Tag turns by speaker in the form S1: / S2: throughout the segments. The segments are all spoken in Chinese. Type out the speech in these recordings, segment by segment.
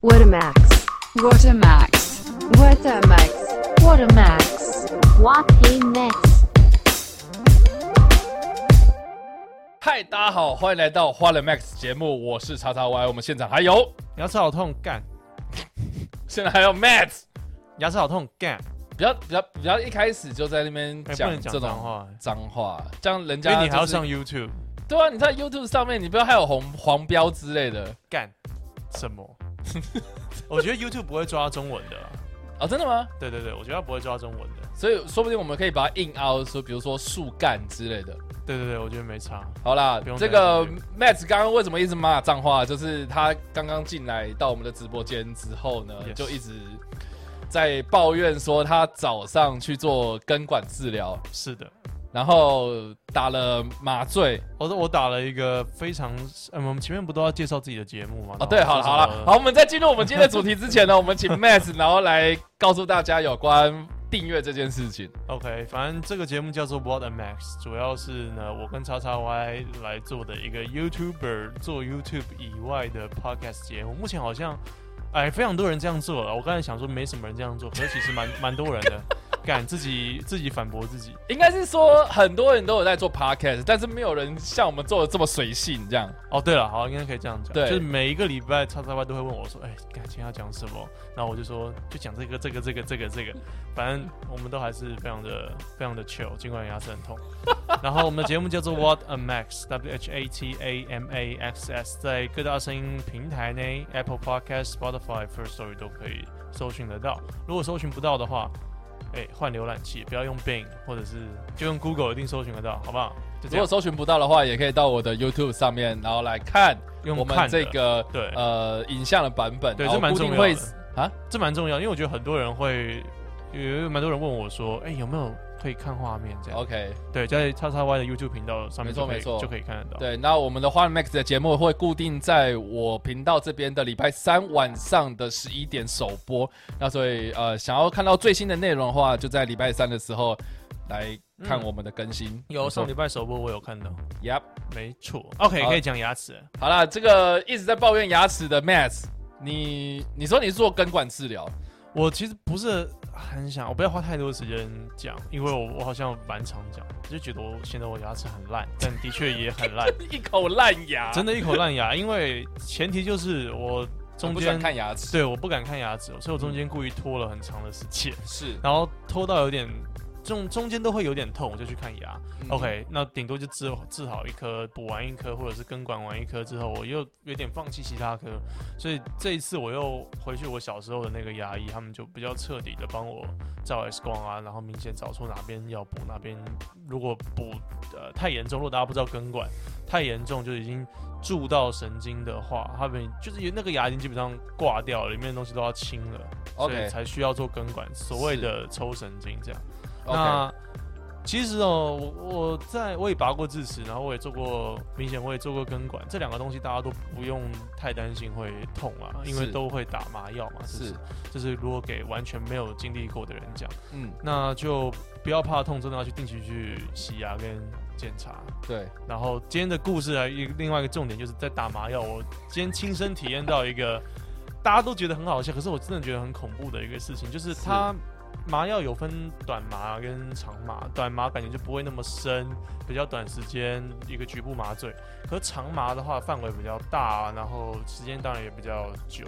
S1: What a max.
S2: What a max.
S1: What a max.
S3: What a max. What a max.
S4: 嗨，大家好，欢迎来到花了 Max 节目，我是叉叉 Y，我们现场还有，
S5: 牙齿好痛，干！
S4: 现在还有 Matt，
S5: 牙齿好痛，干！
S4: 比较比较比较一开始就在那边
S5: 哎不能
S4: 讲
S5: 讲
S4: 这
S5: 脏
S4: 种
S5: 话，
S4: 脏话，这样人
S5: 因
S4: 家、
S5: 为
S4: 就是、
S5: 你还要上 YouTube
S4: 对啊，你在 YouTube 上面，你不要还有红黄标之类的
S5: 干什 么？我觉得 YouTube 不会抓中文的啊。
S4: 哦，真的吗？
S5: 对对对，我觉得他不会抓中文的。
S4: 所以说不定我们可以把它硬凹，说比如说树干之类的。
S5: 对对对，我觉得没差。
S4: 好啦
S5: 不，用
S4: 这
S5: 担
S4: 个
S5: 心
S4: Matt 刚刚为什么一直骂脏话？就是他刚刚进来到我们的直播间之后呢
S5: Yes
S4: 就一直在抱怨说他早上去做根管治疗，
S5: 是的，
S4: 然后打了麻醉。
S5: 我说我打了一个非常……嗯，我们前面不都要介绍自己的节目吗？
S4: 哦，对，好了好了，好，我们在进入我们今天的主题之前呢，我们请 Matt 然后来告诉大家有关订阅这件事情。
S5: OK，反正这个节目叫做 What a Max，主要是呢我跟叉叉 Y 来做的一个 YouTuber 做 YouTube 以外的 Podcast 节目。目前好像哎非常多人这样做了，我刚才想说没什么人这样做，可是其实蛮蛮多人的， 敢自己自己反驳自己。
S4: 应该是说很多人都有在做 podcast，但是没有人像我们做的这么随性这样。
S5: 哦，对了，好，应该可以这样讲，
S4: 对
S5: 就是每一个礼拜叉叉 Y 都会问我说，哎，感情要讲什么？然后我就说就讲这个这个这个这个这个，反正我们都还是非常的非常的 chill，尽管牙齿很痛。然后我们的节目 叫做 What a Max，W H A T A M A X S，在各大声音平台内，Apple Podcast、Spotify、First Story 都可以搜寻得到。如果搜寻不到的话，哎，换浏览器，不要用 Bing，或者是就用 Google，一定搜寻得到，好不好？就
S4: 如
S5: 这
S4: 果
S5: 样，
S4: 搜寻不到的话，也可以到我的 YouTube 上面，然后来看
S5: 用
S4: 我们
S5: 看
S4: 这
S5: 的
S4: 个
S5: 对
S4: 呃影像的版本。
S5: 对
S4: 然后
S5: 这蛮
S4: 固定
S5: 重要的
S4: 会啊，
S5: 这蛮重要，因为我觉得很多人会，有有蛮多人问我说，哎、有没有可以看画面这样
S4: OK，
S5: 对，在叉叉 Y 的 YouTube 频道上面
S4: 没错
S5: 就可以
S4: 没错
S5: 就可以看得到。，
S4: 对，那我们的花 Max 的节目会固定在我频道这边的礼拜三晚上的十一点首播。那所以呃，想要看到最新的内容的话，就在礼拜三的时候来看
S5: 嗯
S4: 我们的更新。
S5: 有
S4: 没错
S5: 上礼拜首播我有看到，
S4: Yep。
S5: 没错。OK，
S4: 好
S5: 可以讲牙齿了。
S4: 好啦，这个一直在抱怨牙齿的 Matt，你你说你是做根管治疗，
S5: 我其实不是很想，我不要花太多时间讲，因为我我好像蛮常讲，就觉得我显得我牙齿很 烂，但的确也很烂，
S4: 一口烂牙，
S5: 真的一口烂牙。因为前提就是我
S4: 我
S5: 中
S4: 不喜欢
S5: 间
S4: 看牙齿。
S5: 对我不敢看牙齿，所以我中间故意拖了很长的时间。
S4: 是
S5: 然后偷到有点中中间都会有点痛，我就去看牙。OK，那
S4: 嗯
S5: 顶多就治治好一颗，补完一颗，或者是根管完一颗之后，我又有点放弃其他科，所以这一次我又回去我小时候的那个牙医，他们就比较彻底的帮我照 X 光啊，然后明显找出哪边要补，哪边如果补呃太严重，如果大家不知道根管太严重，就已经蛀到神经的话，他们就是有那个牙已经基本上挂掉了，里面的东西都要清了。所
S4: OK
S5: 以才需要做根管，所谓的抽神经这样。
S4: OK，
S5: 那其实哦，我我在我也拔过智齿，然后我也做过，明显我也做过根管，这两个东西大家都不用太担心会痛啊，因为
S4: 是
S5: 都会打麻药嘛。这
S4: 是，
S5: 这是如果给完全没有经历过的人讲，
S4: 嗯，
S5: 那就不要怕痛，真的要去定期去洗牙跟检查。
S4: 对，
S5: 然后今天的故事啊，一个另外一个重点就是在打麻药，我今天亲身体验到一个大家都觉得很好笑，可是我真的觉得很恐怖的一个事情，就是
S4: 是
S5: 它麻药有分短麻跟长麻，短麻感觉就不会那么深，比较短时间一个局部麻醉，可长麻的话范围比较大，然后时间当然也比较久，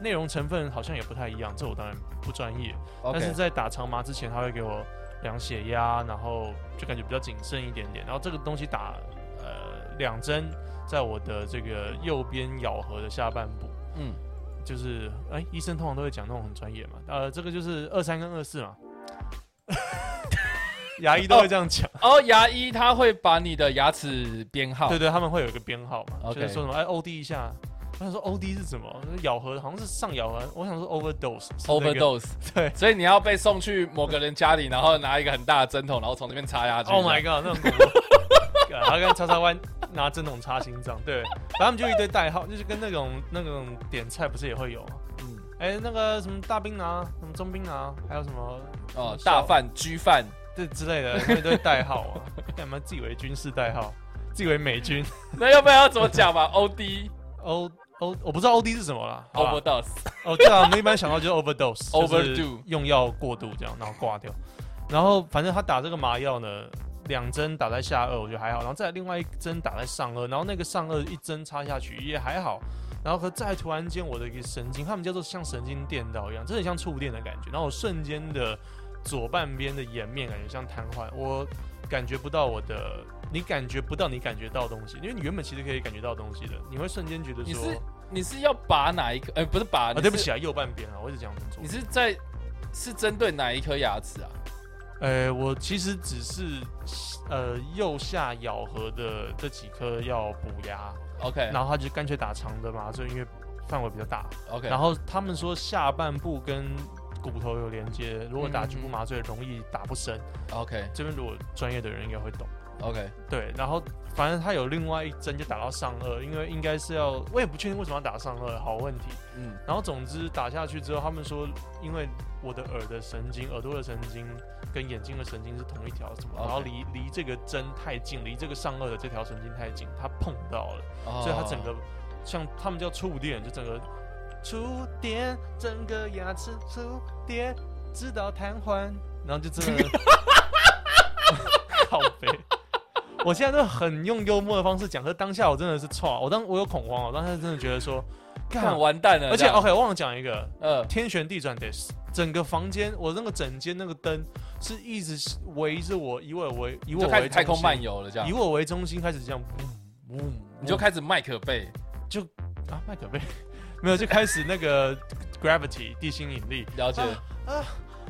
S5: 内容成分好像也不太一样，这我当然不专业，但是
S4: OK，
S5: 在打长麻之前，他会给我量血压，然后就感觉比较谨慎一点点。然后这个东西打呃两针，在我的这个右边咬合的下半部，
S4: 嗯，
S5: 就是哎、医生通常都会讲那种很专业嘛，呃，这个就是二三跟二四 嘛，牙医都会这样讲。
S4: 哦，牙医他会把你的牙齿编号，
S5: 对对，他们会有一个编号嘛
S4: OK
S5: 就是说什么哎 OD 一下。我想说 OD 是什么？咬合好像是上咬合，我想说 overdose 是那个。
S4: ，overdose，
S5: 对
S4: 所以你要被送去某个人家里，然后拿一个很大的针筒，然后从那边插下去。
S5: Oh my god，那种恐怖。然后跟叉叉 Y 拿针筒插心脏，对，然后他们就一堆代号，就是跟那种那种点菜不是也会有吗？
S4: 嗯
S5: 哎，那个什么大兵啊，什么中兵啊，还有什么
S4: 哦，大饭、居 饭，
S5: 这之类的，一堆代号啊，干嘛自以为军事代号，自以为美军
S4: 那要不然要怎么讲吧？OD，
S5: O O 我不知道 O D 是什么啦。好吧
S4: overdose，
S5: 哦，对啊，我们一般想到就是 overdose，
S4: Overdo
S5: 就是用药过度这样，然后挂掉。然后反正他打这个麻药呢，两针打在下颚，我觉得还好，然后再来另外一针打在上颚，然后那个上颚一针插下去也还好。然后可再突然间我的一个神经，他们叫做像神经电到一样，真的像触电的感觉。然后我瞬间的左半边的颜面感觉像瘫痪，我感觉不到我的，你感觉不到你感觉到的东西，因为你原本其实可以感觉到的东西的，你会瞬间觉得
S4: 你
S5: 说
S4: 是你是要把哪一颗？呃，不是把，
S5: 啊，
S4: 你
S5: 对不
S4: 是，
S5: 起啊，右半边啊，我一直讲分错
S4: 你。是在是针对哪一颗牙齿啊？
S5: 呃，我其实只是呃右下咬合的这几颗要补牙，
S4: OK
S5: 然后他就干脆打长的麻醉，因为范围比较大。
S4: OK，
S5: 然后他们说下半部跟骨头有连接，如果打局部
S4: 嗯
S5: 麻醉容易打不深。
S4: OK
S5: 这边如果专业的人应该会懂。
S4: OK，
S5: 对，然后反正他有另外一针就打到上颚，因为应该是要，我也不确定为什么要打上颚，好问题。
S4: 嗯
S5: 然后总之打下去之后，他们说，因为我的耳的神经、耳朵的神经跟眼睛的神经是同一条，什么
S4: OK
S5: 然后离离这个针太近，离这个上颚的这条神经太近，它碰到了，
S4: 哦
S5: 所以它整个像他们叫触电，就整个触电，整个牙齿触电，直到瘫痪，然后就 真的靠背。我现在都很用幽默的方式讲，可是当下我真的是错，啊我当我有恐慌，我当时真的觉得说，
S4: 看完蛋了，
S5: 而且
S4: 呃这
S5: 哦
S4: 样
S5: OK，我忘了讲一个，
S4: 呃
S5: 天旋地转的，整个房间，我那个整间那个灯是一直围着我，以我为以我
S4: 就开
S5: 为
S4: 始太空漫
S5: 游，
S4: 游了，这样
S5: 以我为中心开始这样，嗯嗡嗡
S4: 你就开始麦克贝
S5: 啊麦克贝，没有就开始那个 gravity 地心引力
S4: 了解。
S5: 啊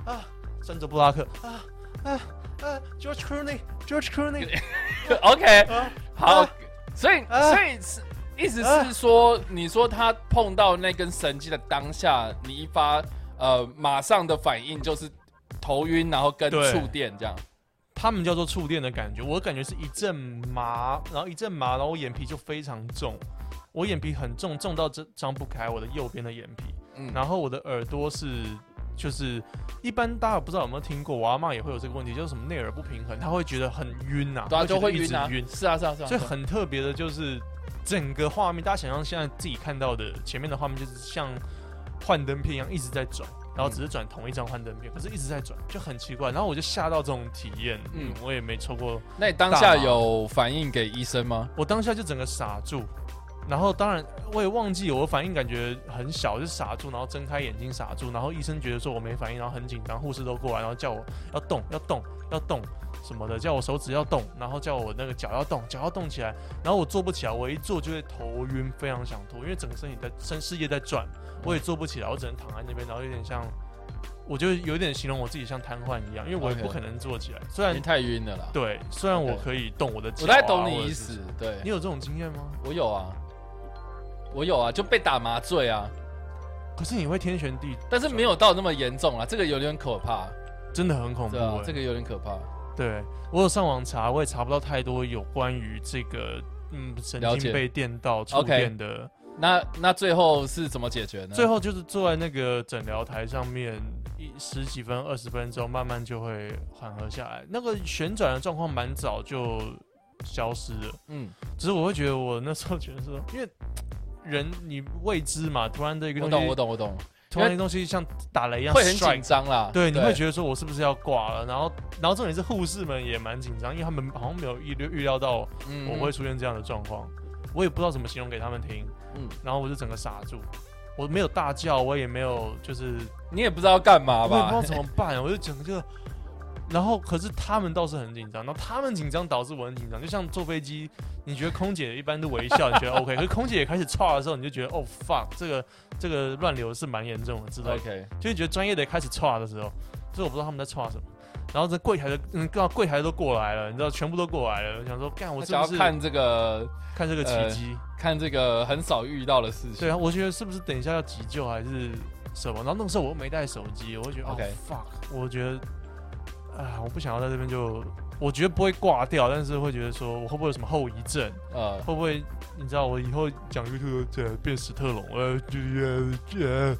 S5: 啊，山卓布拉克啊啊啊，George Clooney，George Clooney，
S4: OK，
S5: 啊
S4: 好
S5: 啊，
S4: 所以
S5: 啊
S4: 所以是意思是说，你说他碰到那根神经的当下，你一发呃马上的反应就是头晕，然后跟
S5: 对
S4: 触电这样。
S5: 他们叫做触电的感觉，我感觉是一阵麻，然后一阵麻，然后我眼皮就非常重，我眼皮很重，重到这张不开我的右边的眼皮，
S4: 嗯
S5: 然后我的耳朵是就是一般大家不知道有没有听过，我阿妈也会有这个问题，就是什么内耳不平衡，她会觉得很晕呐、
S4: 对啊，
S5: 觉
S4: 就
S5: 得
S4: 会
S5: 一
S4: 晕
S5: 直
S4: 啊，
S5: 晕，
S4: 是啊是啊是啊，
S5: 所以
S4: 是啊
S5: 很特别的就是整个画面，大家想象现在自己看到的前面的画面就是像幻灯片一样一直在转，然后只是转同一张幻灯片，可是一直在转，就很奇怪。然后我就吓到这种体验，
S4: 嗯
S5: 嗯，我也没抽过，
S4: 那你当
S5: 大
S4: 下
S5: 麻
S4: 有反应给医生吗？
S5: 我当下就整个傻住。然后当然我也忘记我反应感觉很小，就傻住，然后睁开眼睛傻住，然后医生觉得说我没反应，然后很紧张，护士都过来，然后叫我要动要动要动什么的，叫我手指要动，然后叫我那个脚要动，脚要动起来，然后我坐不起来，我一坐就会头晕，非常想吐，因为整个身体在身世界在转，我也坐不起来，我只能躺在那边，然后有点像，我就有点形容我自己像瘫痪一样，因为我也
S4: OK
S5: 不可能坐起来，虽然
S4: 你太晕了啦。
S5: 对，虽然我
S4: OK
S5: 可以动我的脚、
S4: 我
S5: 啊，
S4: 大概懂
S5: 或
S4: 你
S5: 者
S4: 意
S5: 是
S4: 思，对
S5: 你有这种经验吗？
S4: 我有啊，我有啊，就被打麻醉啊，
S5: 可是你会天旋地，
S4: 但是没有到那么严重啊，这个有点可怕，
S5: 真的很恐怖、
S4: 对啊
S5: 欸，
S4: 这个有点可怕。
S5: 对我有上网查，我也查不到太多有关于这个嗯神
S4: 了解
S5: 经被电到触
S4: OK
S5: 电的。
S4: 那那最后是怎么解决呢？
S5: 最后就是坐在那个诊疗台上面一十几分二十分钟，慢慢就会缓和下来。那个旋转的状况蛮早就消失了，
S4: 嗯，
S5: 只是我会觉得我那时候觉得说，因为人你未知嘛，突然的一个
S4: 我
S5: 东
S4: 懂我
S5: 西，
S4: 懂我懂，
S5: 突然一个东西像打了一样
S4: 会很
S5: strike
S4: 紧张啦。
S5: 对，你会觉得说我是不是要挂了？然后，然后重点是护士们也蛮紧张，因为他们好像没有预料预料到
S4: 得嗯
S5: 我会出现这样的状况，我也不知道怎么形容给他们听。
S4: 嗯
S5: 嗯，然后我就整个傻住，我没有大叫，我也没有就是，
S4: 你也不知道干
S5: 我
S4: 嘛
S5: 也不知道
S4: 吧？
S5: 怎么办，我就整个就。然后，可是他们倒是很紧张，然后他们紧张导致我很紧张，就像坐飞机，你觉得空姐一般都微笑，你觉得 OK，可是空姐也开始 岔的时候，你就觉得哦 fuck，这个这个乱流是蛮严重的之类的。
S4: OK，
S5: 就是觉得专业的开始歘的时候，就是我不知道他们在歘什么，然后这柜台的，嗯，刚好柜台都过来了，你知道，全部都过来了，我想说，干，我
S4: 我
S5: 是
S4: 想
S5: 不
S4: 要
S5: 是
S4: 看这个
S5: 看这个奇
S4: 呃
S5: 迹？
S4: 看这个很少遇到的事情。
S5: 对啊，我觉得是不是等一下要急救还是什么？然后那个时候我又没带手机，我就觉得
S4: OK
S5: 哦、fuck，我觉得啊，我不想要在这边就，我觉得不会挂掉，但是会觉得说我会不会有什么后遗症？
S4: 呃，
S5: 会不会你知道我以后讲 YouTube 这变史特龙？呃，就呃呃，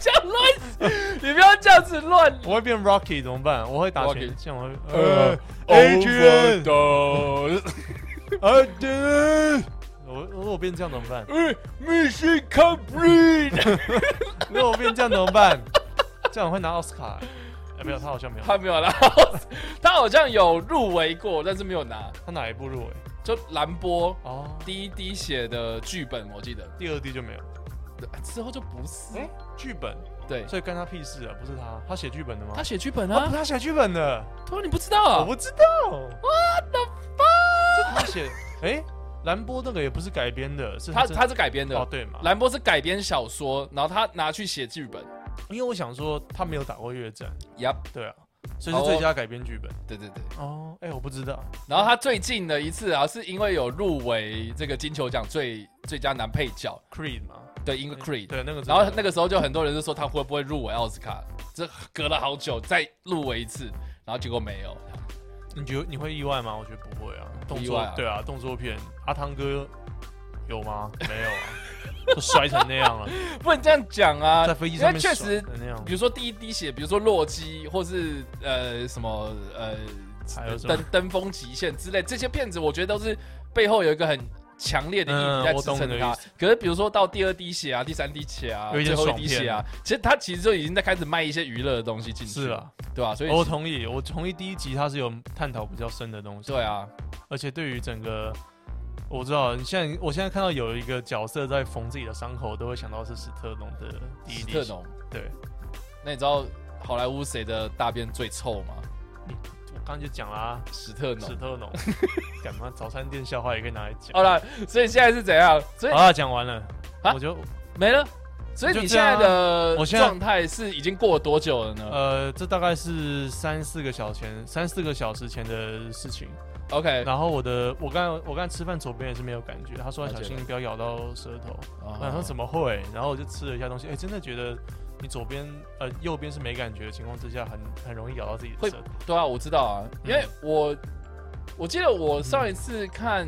S4: 这样乱，你不要这样子乱。
S5: 我会变 Rocky 怎么办？我会打
S4: Rocky
S5: 拳，像我会呃
S4: 呃。
S5: Adrian
S4: Overdose
S5: 啊对，我如果我变这样怎么办？
S4: 嗯，Mission Complete，
S5: 如果我变这样怎么办？ 这样我会拿奥斯卡欸、哎没有，他好像没有。
S4: 他
S5: 他
S4: 没有啦， 他好像有入围过，但是没有拿。
S5: 他哪一部入围？
S4: 就蓝波
S5: 哦，
S4: 第一滴血的剧本，我记得
S5: 第二季就没有。
S4: 之后就不是，
S5: 哎、剧本，
S4: 对，
S5: 所以干他屁事啊！不是他，他写剧本的吗？
S4: 他写剧本
S5: 啊，
S4: 啊
S5: 不，他写剧本的，
S4: 他说你不知道啊
S5: 我，不知道。What the fuck？他写，哎、兰波那个也不是改编的，是
S4: 他
S5: 真
S4: 他是改编的
S5: 哦，，对嘛？
S4: 蓝波是改编小说，然后他拿去写剧本。
S5: 因为我想说他没有打过越战，
S4: Yup，
S5: 对啊，所以
S4: 哦
S5: 是最佳改编剧本。
S4: 对对对。
S5: 哦，哎、我不知道，
S4: 然后他最近的一次啊，是因为有入围这个金球奖最最佳男配角，
S5: Creed 嘛，
S4: 对，因为 Creed。
S5: 对那个真的，
S4: 然后那个时候就很多人就说他会不会入围奥斯卡，这隔了好久再入围一次，然后结果没有。
S5: 你觉得你会意外吗？我觉得不会啊，动
S4: 意
S5: 作
S4: 外啊
S5: 对啊，动作片，阿汤哥有吗？没有啊， 都摔成那样了，
S4: 不能这样讲啊，
S5: 在飞机
S4: 因
S5: 上
S4: 为
S5: 面
S4: 确
S5: 甩
S4: 实
S5: 成那样
S4: 比。如说第一滴血，比如说洛基，或是呃什么呃
S5: 还有什么
S4: 登登峰极限之类，这些片子我觉得都是背后有一个很强烈的意义
S5: 嗯
S4: 在
S5: 我
S4: 支
S5: 懂你
S4: 撑
S5: 的
S4: 它
S5: 意思。
S4: 可是比如说到第二滴血啊、第三滴血啊、
S5: 有一点
S4: 最后一
S5: 爽
S4: 滴
S5: 片
S4: 血啊，其实它其实就已经在开始卖一些娱乐的东西进去，
S5: 是啊，
S4: 对吧、所以
S5: 我同意，我同意第一集它是有探讨比较深的东西，
S4: 对啊，
S5: 而且对于整个，我知道你现在我现在看到有一个角色在缝自己的伤口，都会想到是史特龙的第一
S4: 史
S5: 滴
S4: 特
S5: 血
S4: 龙。
S5: 对，
S4: 那你知道好莱坞谁的大便最臭吗？
S5: 我刚刚就讲啦，
S4: 史特
S5: 史
S4: 龙。
S5: 特龙， 干嘛早餐店笑话也可以拿来讲。
S4: 好了，所以现在是怎样？所以
S5: 好啦，讲完了，
S4: 啊
S5: 我就
S4: 没了。所以
S5: 就
S4: 你
S5: 这
S4: 现在
S5: 样啊
S4: 的
S5: 我现在
S4: 状态是已经过了多久了呢
S5: 呃，这大概是三四个小前三四个小时前的事情。
S4: ？OK，
S5: 然后我的我刚我刚才吃饭左边也是没有感觉，他说要
S4: 了
S5: 小
S4: 解
S5: 心
S4: 了
S5: 不要咬到舌头。
S4: 啊
S5: 我想说怎么会？然后我就吃了一下东西，哎、真的觉得你左边呃右边是没感觉的情况之下，很很容易咬到自己的
S4: 会
S5: 舌头。
S4: 对啊，我知道啊，因为
S5: 嗯
S4: 我、我记得我上一次看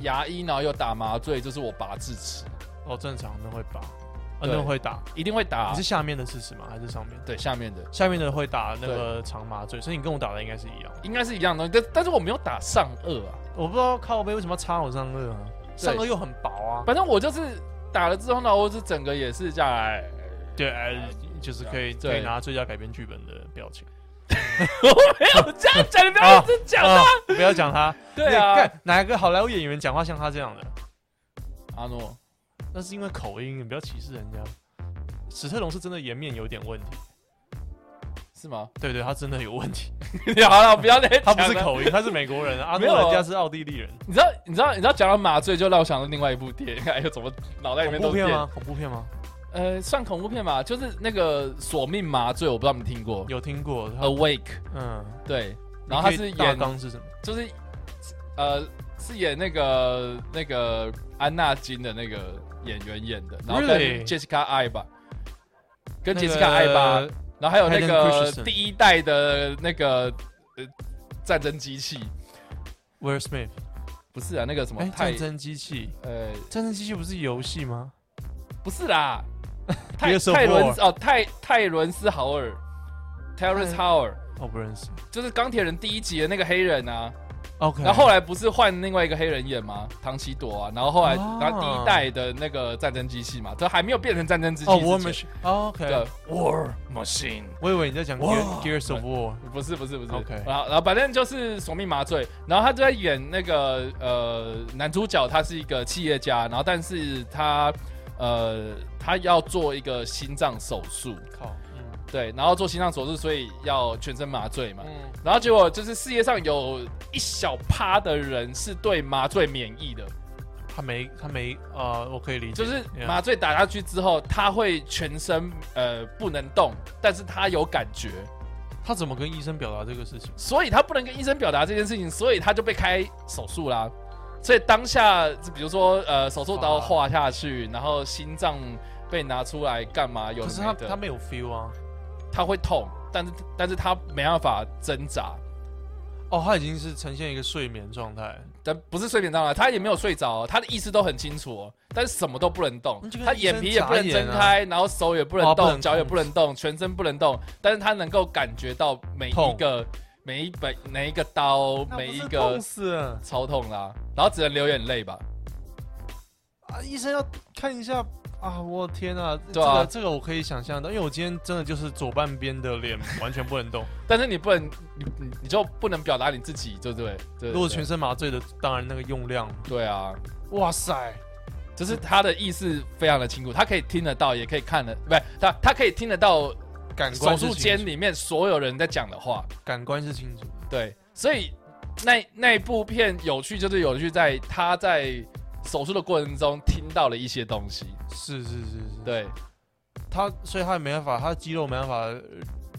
S4: 牙医，然后又打麻醉，就是我拔智齿，
S5: 哦，正常那会拔，呃，
S4: 对
S5: 那会打。
S4: 一定会打
S5: 你是下面的事实吗？还是上面？
S4: 对下面的，
S5: 下面的会打那个长麻醉，所以你跟我打的应该是一样。
S4: 应该是一样的东西，但但是我没有打上颚啊，
S5: 我不知道靠背为什么要插我上颚啊？上颚又很薄啊。
S4: 反正我就是打了之后呢，我是整个也是下哎来，
S5: 对，呃就是可以可
S4: 对
S5: 以拿最佳改编剧本的表情。
S4: 我没有这样讲，你不要一直讲啊，
S5: 哦不要讲他。
S4: 对
S5: 你
S4: 啊，
S5: 看哪个好莱坞演员讲话像他这样的？
S4: 阿诺，
S5: 那是因为口音，你不要歧视人家。史特龙是真的颜面有点问题，
S4: 是吗？
S5: 对对，他真的有问题。
S4: 好了，不要再
S5: 他
S4: 讲
S5: 不是
S4: 了。
S5: 口音，他是美国 人啊，阿
S4: 没
S5: 诺
S4: 有啊
S5: 人家是奥地利人。
S4: 你知道，你知道，你知道讲到麻醉，就让我想到另外一部电影，哎呦，怎么脑袋里
S5: 恐
S4: 面都
S5: 怖
S4: 是电
S5: 片
S4: 影
S5: 吗？恐怖片吗？
S4: 呃，算恐怖片吧，就是那个索命麻醉，我不知道你们听过。
S5: 有听过，他
S4: Awake，
S5: 嗯，
S4: 对，哦然后他
S5: 你可
S4: 是
S5: 以大
S4: 演，
S5: 纲是什么？
S4: 就是呃，是演那个那个安娜金的那个演员演的，然后跟
S5: Really？
S4: Jessica I 吧，跟
S5: 那个
S4: Jessica I 吧，然后还有那
S5: Hayden
S4: 个
S5: Christensen
S4: 第一代的那个呃战争机器，
S5: Will Smith，
S4: 不是啊，那个什么
S5: 哎，
S4: 太
S5: 战争机器，
S4: 呃
S5: 战争机器不是游戏吗？
S4: 不是 啦，泰
S5: Gears of
S4: 泰伦
S5: War
S4: 斯哦泰泰伦斯豪尔，Terrence
S5: 嗯
S4: Howard。
S5: 我不认识。
S4: 就是钢铁人第一集的那个黑人啊，
S5: OK，
S4: 然后后来不是换另外一个黑人演吗？唐奇朵啊，然后后来
S5: 哦
S4: 然后第一代的那个战争机器嘛，这还没有变成战争机器
S5: 哦
S4: 之前
S5: ，War Machine，哦
S4: 对
S5: ，OK，
S4: War Machine，
S5: 我以为你在讲
S4: 哇
S5: Gear- Gears of War，
S4: 不是不是不是
S5: OK
S4: 然后然后反正就是索命麻醉，然后他就在演那个呃男主角，他是一个企业家，然后但是他呃他要做一个心脏手术，
S5: 靠，嗯
S4: 对，然后做心脏手术，所以要全身麻醉嘛，
S5: 嗯，
S4: 然后结果就是世界上有一小趴的人是对麻醉免疫的，
S5: 他没他没啊，我可以理
S4: 就
S5: 解，
S4: 是麻
S5: 妈，
S4: 醉打下去之后，他会全身呃不能动，但是他有感觉，
S5: 他怎么跟医生表达这个事情？
S4: 所以他不能跟医生表达这件事情，所以他就被开手术啦。所以当下，比如说呃手术刀划下去，然后心脏被拿出来干嘛？有的
S5: 可是
S4: 没
S5: 他
S4: 的
S5: 他没有 feel 啊，
S4: 他会痛，但是但是他没办法挣扎，
S5: 哦，他已经是呈现一个睡眠状态，
S4: 但不是睡眠障碍，他也没有睡着哦、他的意识都很清楚、哦，但是什么都不能动
S5: 那就，跟
S4: 他眼皮也不能
S5: 医生
S4: 睁
S5: 眨眼啊
S4: 开，然后手也不能
S5: 哦不
S4: 动，
S5: 能
S4: 脚也不能动，全身不能动，但是他能够感觉到每一
S5: 痛
S4: 个每一本每一个刀，每一个
S5: 痛死了
S4: 超痛啦，然后只能流眼泪吧。
S5: 啊，医生要看一下啊，我的天啊，这
S4: 对啊
S5: 个这个我可以想象到，因为我今天真的就是左半边的脸 完全不能动，
S4: 但是你不能，你你你就不能表达你自己，对不对？对
S5: 如果
S4: 对
S5: 全身麻醉的，当然那个用量，
S4: 对啊，
S5: 哇塞，
S4: 就是他的意思非常的清楚，他可以听得到，也可以看得，不是他他可以听得到
S5: 感
S4: 手
S5: 官是
S4: 术
S5: 清
S4: 间
S5: 楚
S4: 里面所有人在讲的话，
S5: 感官是清楚的，
S4: 对，所以那那部片有趣就是有趣在他在手术的过程中听到了一些东西，
S5: 是是是是，
S4: 对
S5: 他，所以他也没办法，他的肌肉没办法呃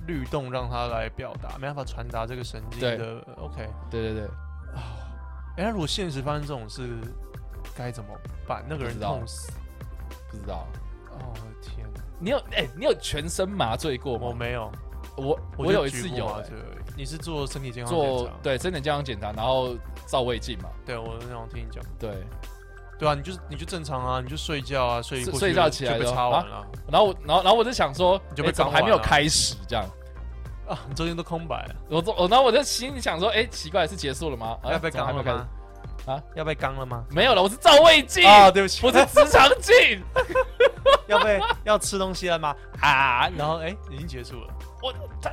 S5: 律动让他来表达，没办法传达这个神经
S4: 对
S5: 的 OK。
S4: 对对对，
S5: 哎、那如果现实发生这种事，该怎么办？那个
S4: 不
S5: 人
S4: 知道
S5: 痛死！
S4: 不知道
S5: 哦天哪，
S4: 你有哎、你有全身麻醉过
S5: 我
S4: 吗？
S5: 没有，
S4: 我我
S5: 就
S4: 有一
S5: 局
S4: 次
S5: 部
S4: 有、
S5: 麻
S4: 哎
S5: 醉而已你是做身体健康检
S4: 做
S5: 查？
S4: 对身体健康检查，然后照胃镜嘛，
S5: 对，我那种听你讲，
S4: 对，
S5: 对啊，你就是你就正常啊，你就睡觉啊，睡
S4: 睡
S5: 过去
S4: 睡觉起来
S5: 就被
S4: 就
S5: 插
S4: 啊
S5: 完了
S4: 然后我然后然后我就想说，
S5: 你就
S4: 哎
S5: 被
S4: 怎么
S5: 刚
S4: 还没有
S5: 完啊
S4: 开始这样？
S5: 啊，你中间都空白了，
S4: 我我然后我就心里想说，哎、奇怪，是结束了吗？啊
S5: 要被
S4: 怎么还
S5: 刚
S4: 没
S5: 了
S4: 有开始
S5: 吗？
S4: 啊，
S5: 要被刚了吗？
S4: 没有了，我是照胃镜，
S5: 啊，对不起，
S4: 我是直肠镜。
S5: 要被要吃东西了吗？啊，然后哎、已经结束了。
S4: 我他